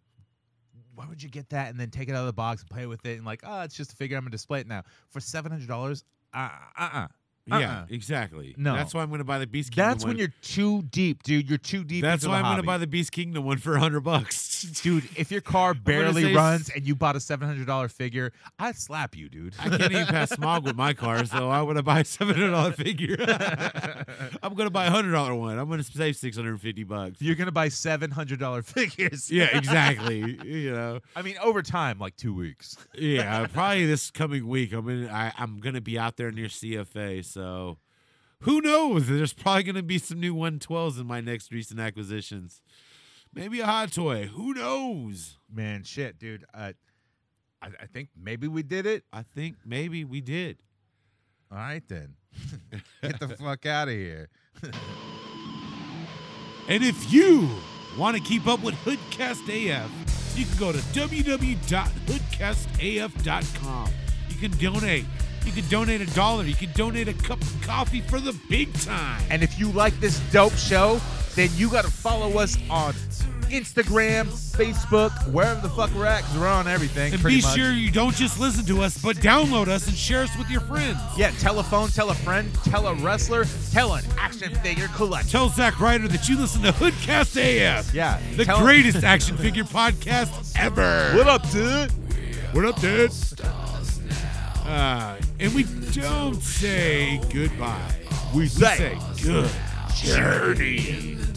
Speaker 3: Why would you get that and then take it out of the box and play with it and like, oh, it's just a figure. I'm gonna display it now for seven hundred dollars. Uh, uh, uh.
Speaker 4: Yeah,
Speaker 3: uh-uh.
Speaker 4: exactly.
Speaker 3: No.
Speaker 4: that's why I'm gonna buy the Beast Kingdom.
Speaker 3: That's
Speaker 4: one.
Speaker 3: when you're too deep, dude. You're too deep.
Speaker 4: That's
Speaker 3: into
Speaker 4: why
Speaker 3: the
Speaker 4: I'm
Speaker 3: hobby.
Speaker 4: gonna buy the Beast Kingdom one for hundred bucks.
Speaker 3: dude. If your car barely
Speaker 4: say
Speaker 3: runs
Speaker 4: s-
Speaker 3: and you bought a seven hundred dollar figure, I'd slap you, dude.
Speaker 4: I can't even pass smog with my car, so I want to buy a seven hundred dollar figure. I'm gonna buy a hundred dollar one. I'm gonna save six hundred and fifty bucks.
Speaker 3: You're gonna buy seven hundred dollar figures.
Speaker 4: Yeah, exactly. you know,
Speaker 3: I mean, over time, like two weeks.
Speaker 4: yeah, probably this coming week. I'm in. I, I'm gonna be out there near CFA, so who knows? There's probably gonna be some new 112s in my next recent acquisitions. Maybe a hot toy. Who knows?
Speaker 3: Man, shit, dude. Uh, I, I think maybe we did it.
Speaker 4: I think maybe we did.
Speaker 3: All right then, get the fuck out of here.
Speaker 4: And if you want to keep up with Hoodcast AF, you can go to www.hoodcastaf.com. You can donate. You can donate a dollar. You can donate a cup of coffee for the big time.
Speaker 3: And if you like this dope show, then you gotta follow us on Instagram, Facebook, wherever the fuck we're at, 'cause we're on everything.
Speaker 4: And
Speaker 3: pretty
Speaker 4: be
Speaker 3: much.
Speaker 4: sure you don't just listen to us, but download us and share us with your friends.
Speaker 3: Yeah, tell a phone, tell a friend, tell a wrestler, tell an action figure collector.
Speaker 4: Tell Zach Ryder that you listen to Hoodcast AF.
Speaker 3: Yeah,
Speaker 4: The
Speaker 3: tell-
Speaker 4: greatest action figure podcast ever.
Speaker 3: What up, dude?
Speaker 4: What up, dude? Uh, and we don't say goodbye.
Speaker 3: We
Speaker 4: We say good journey.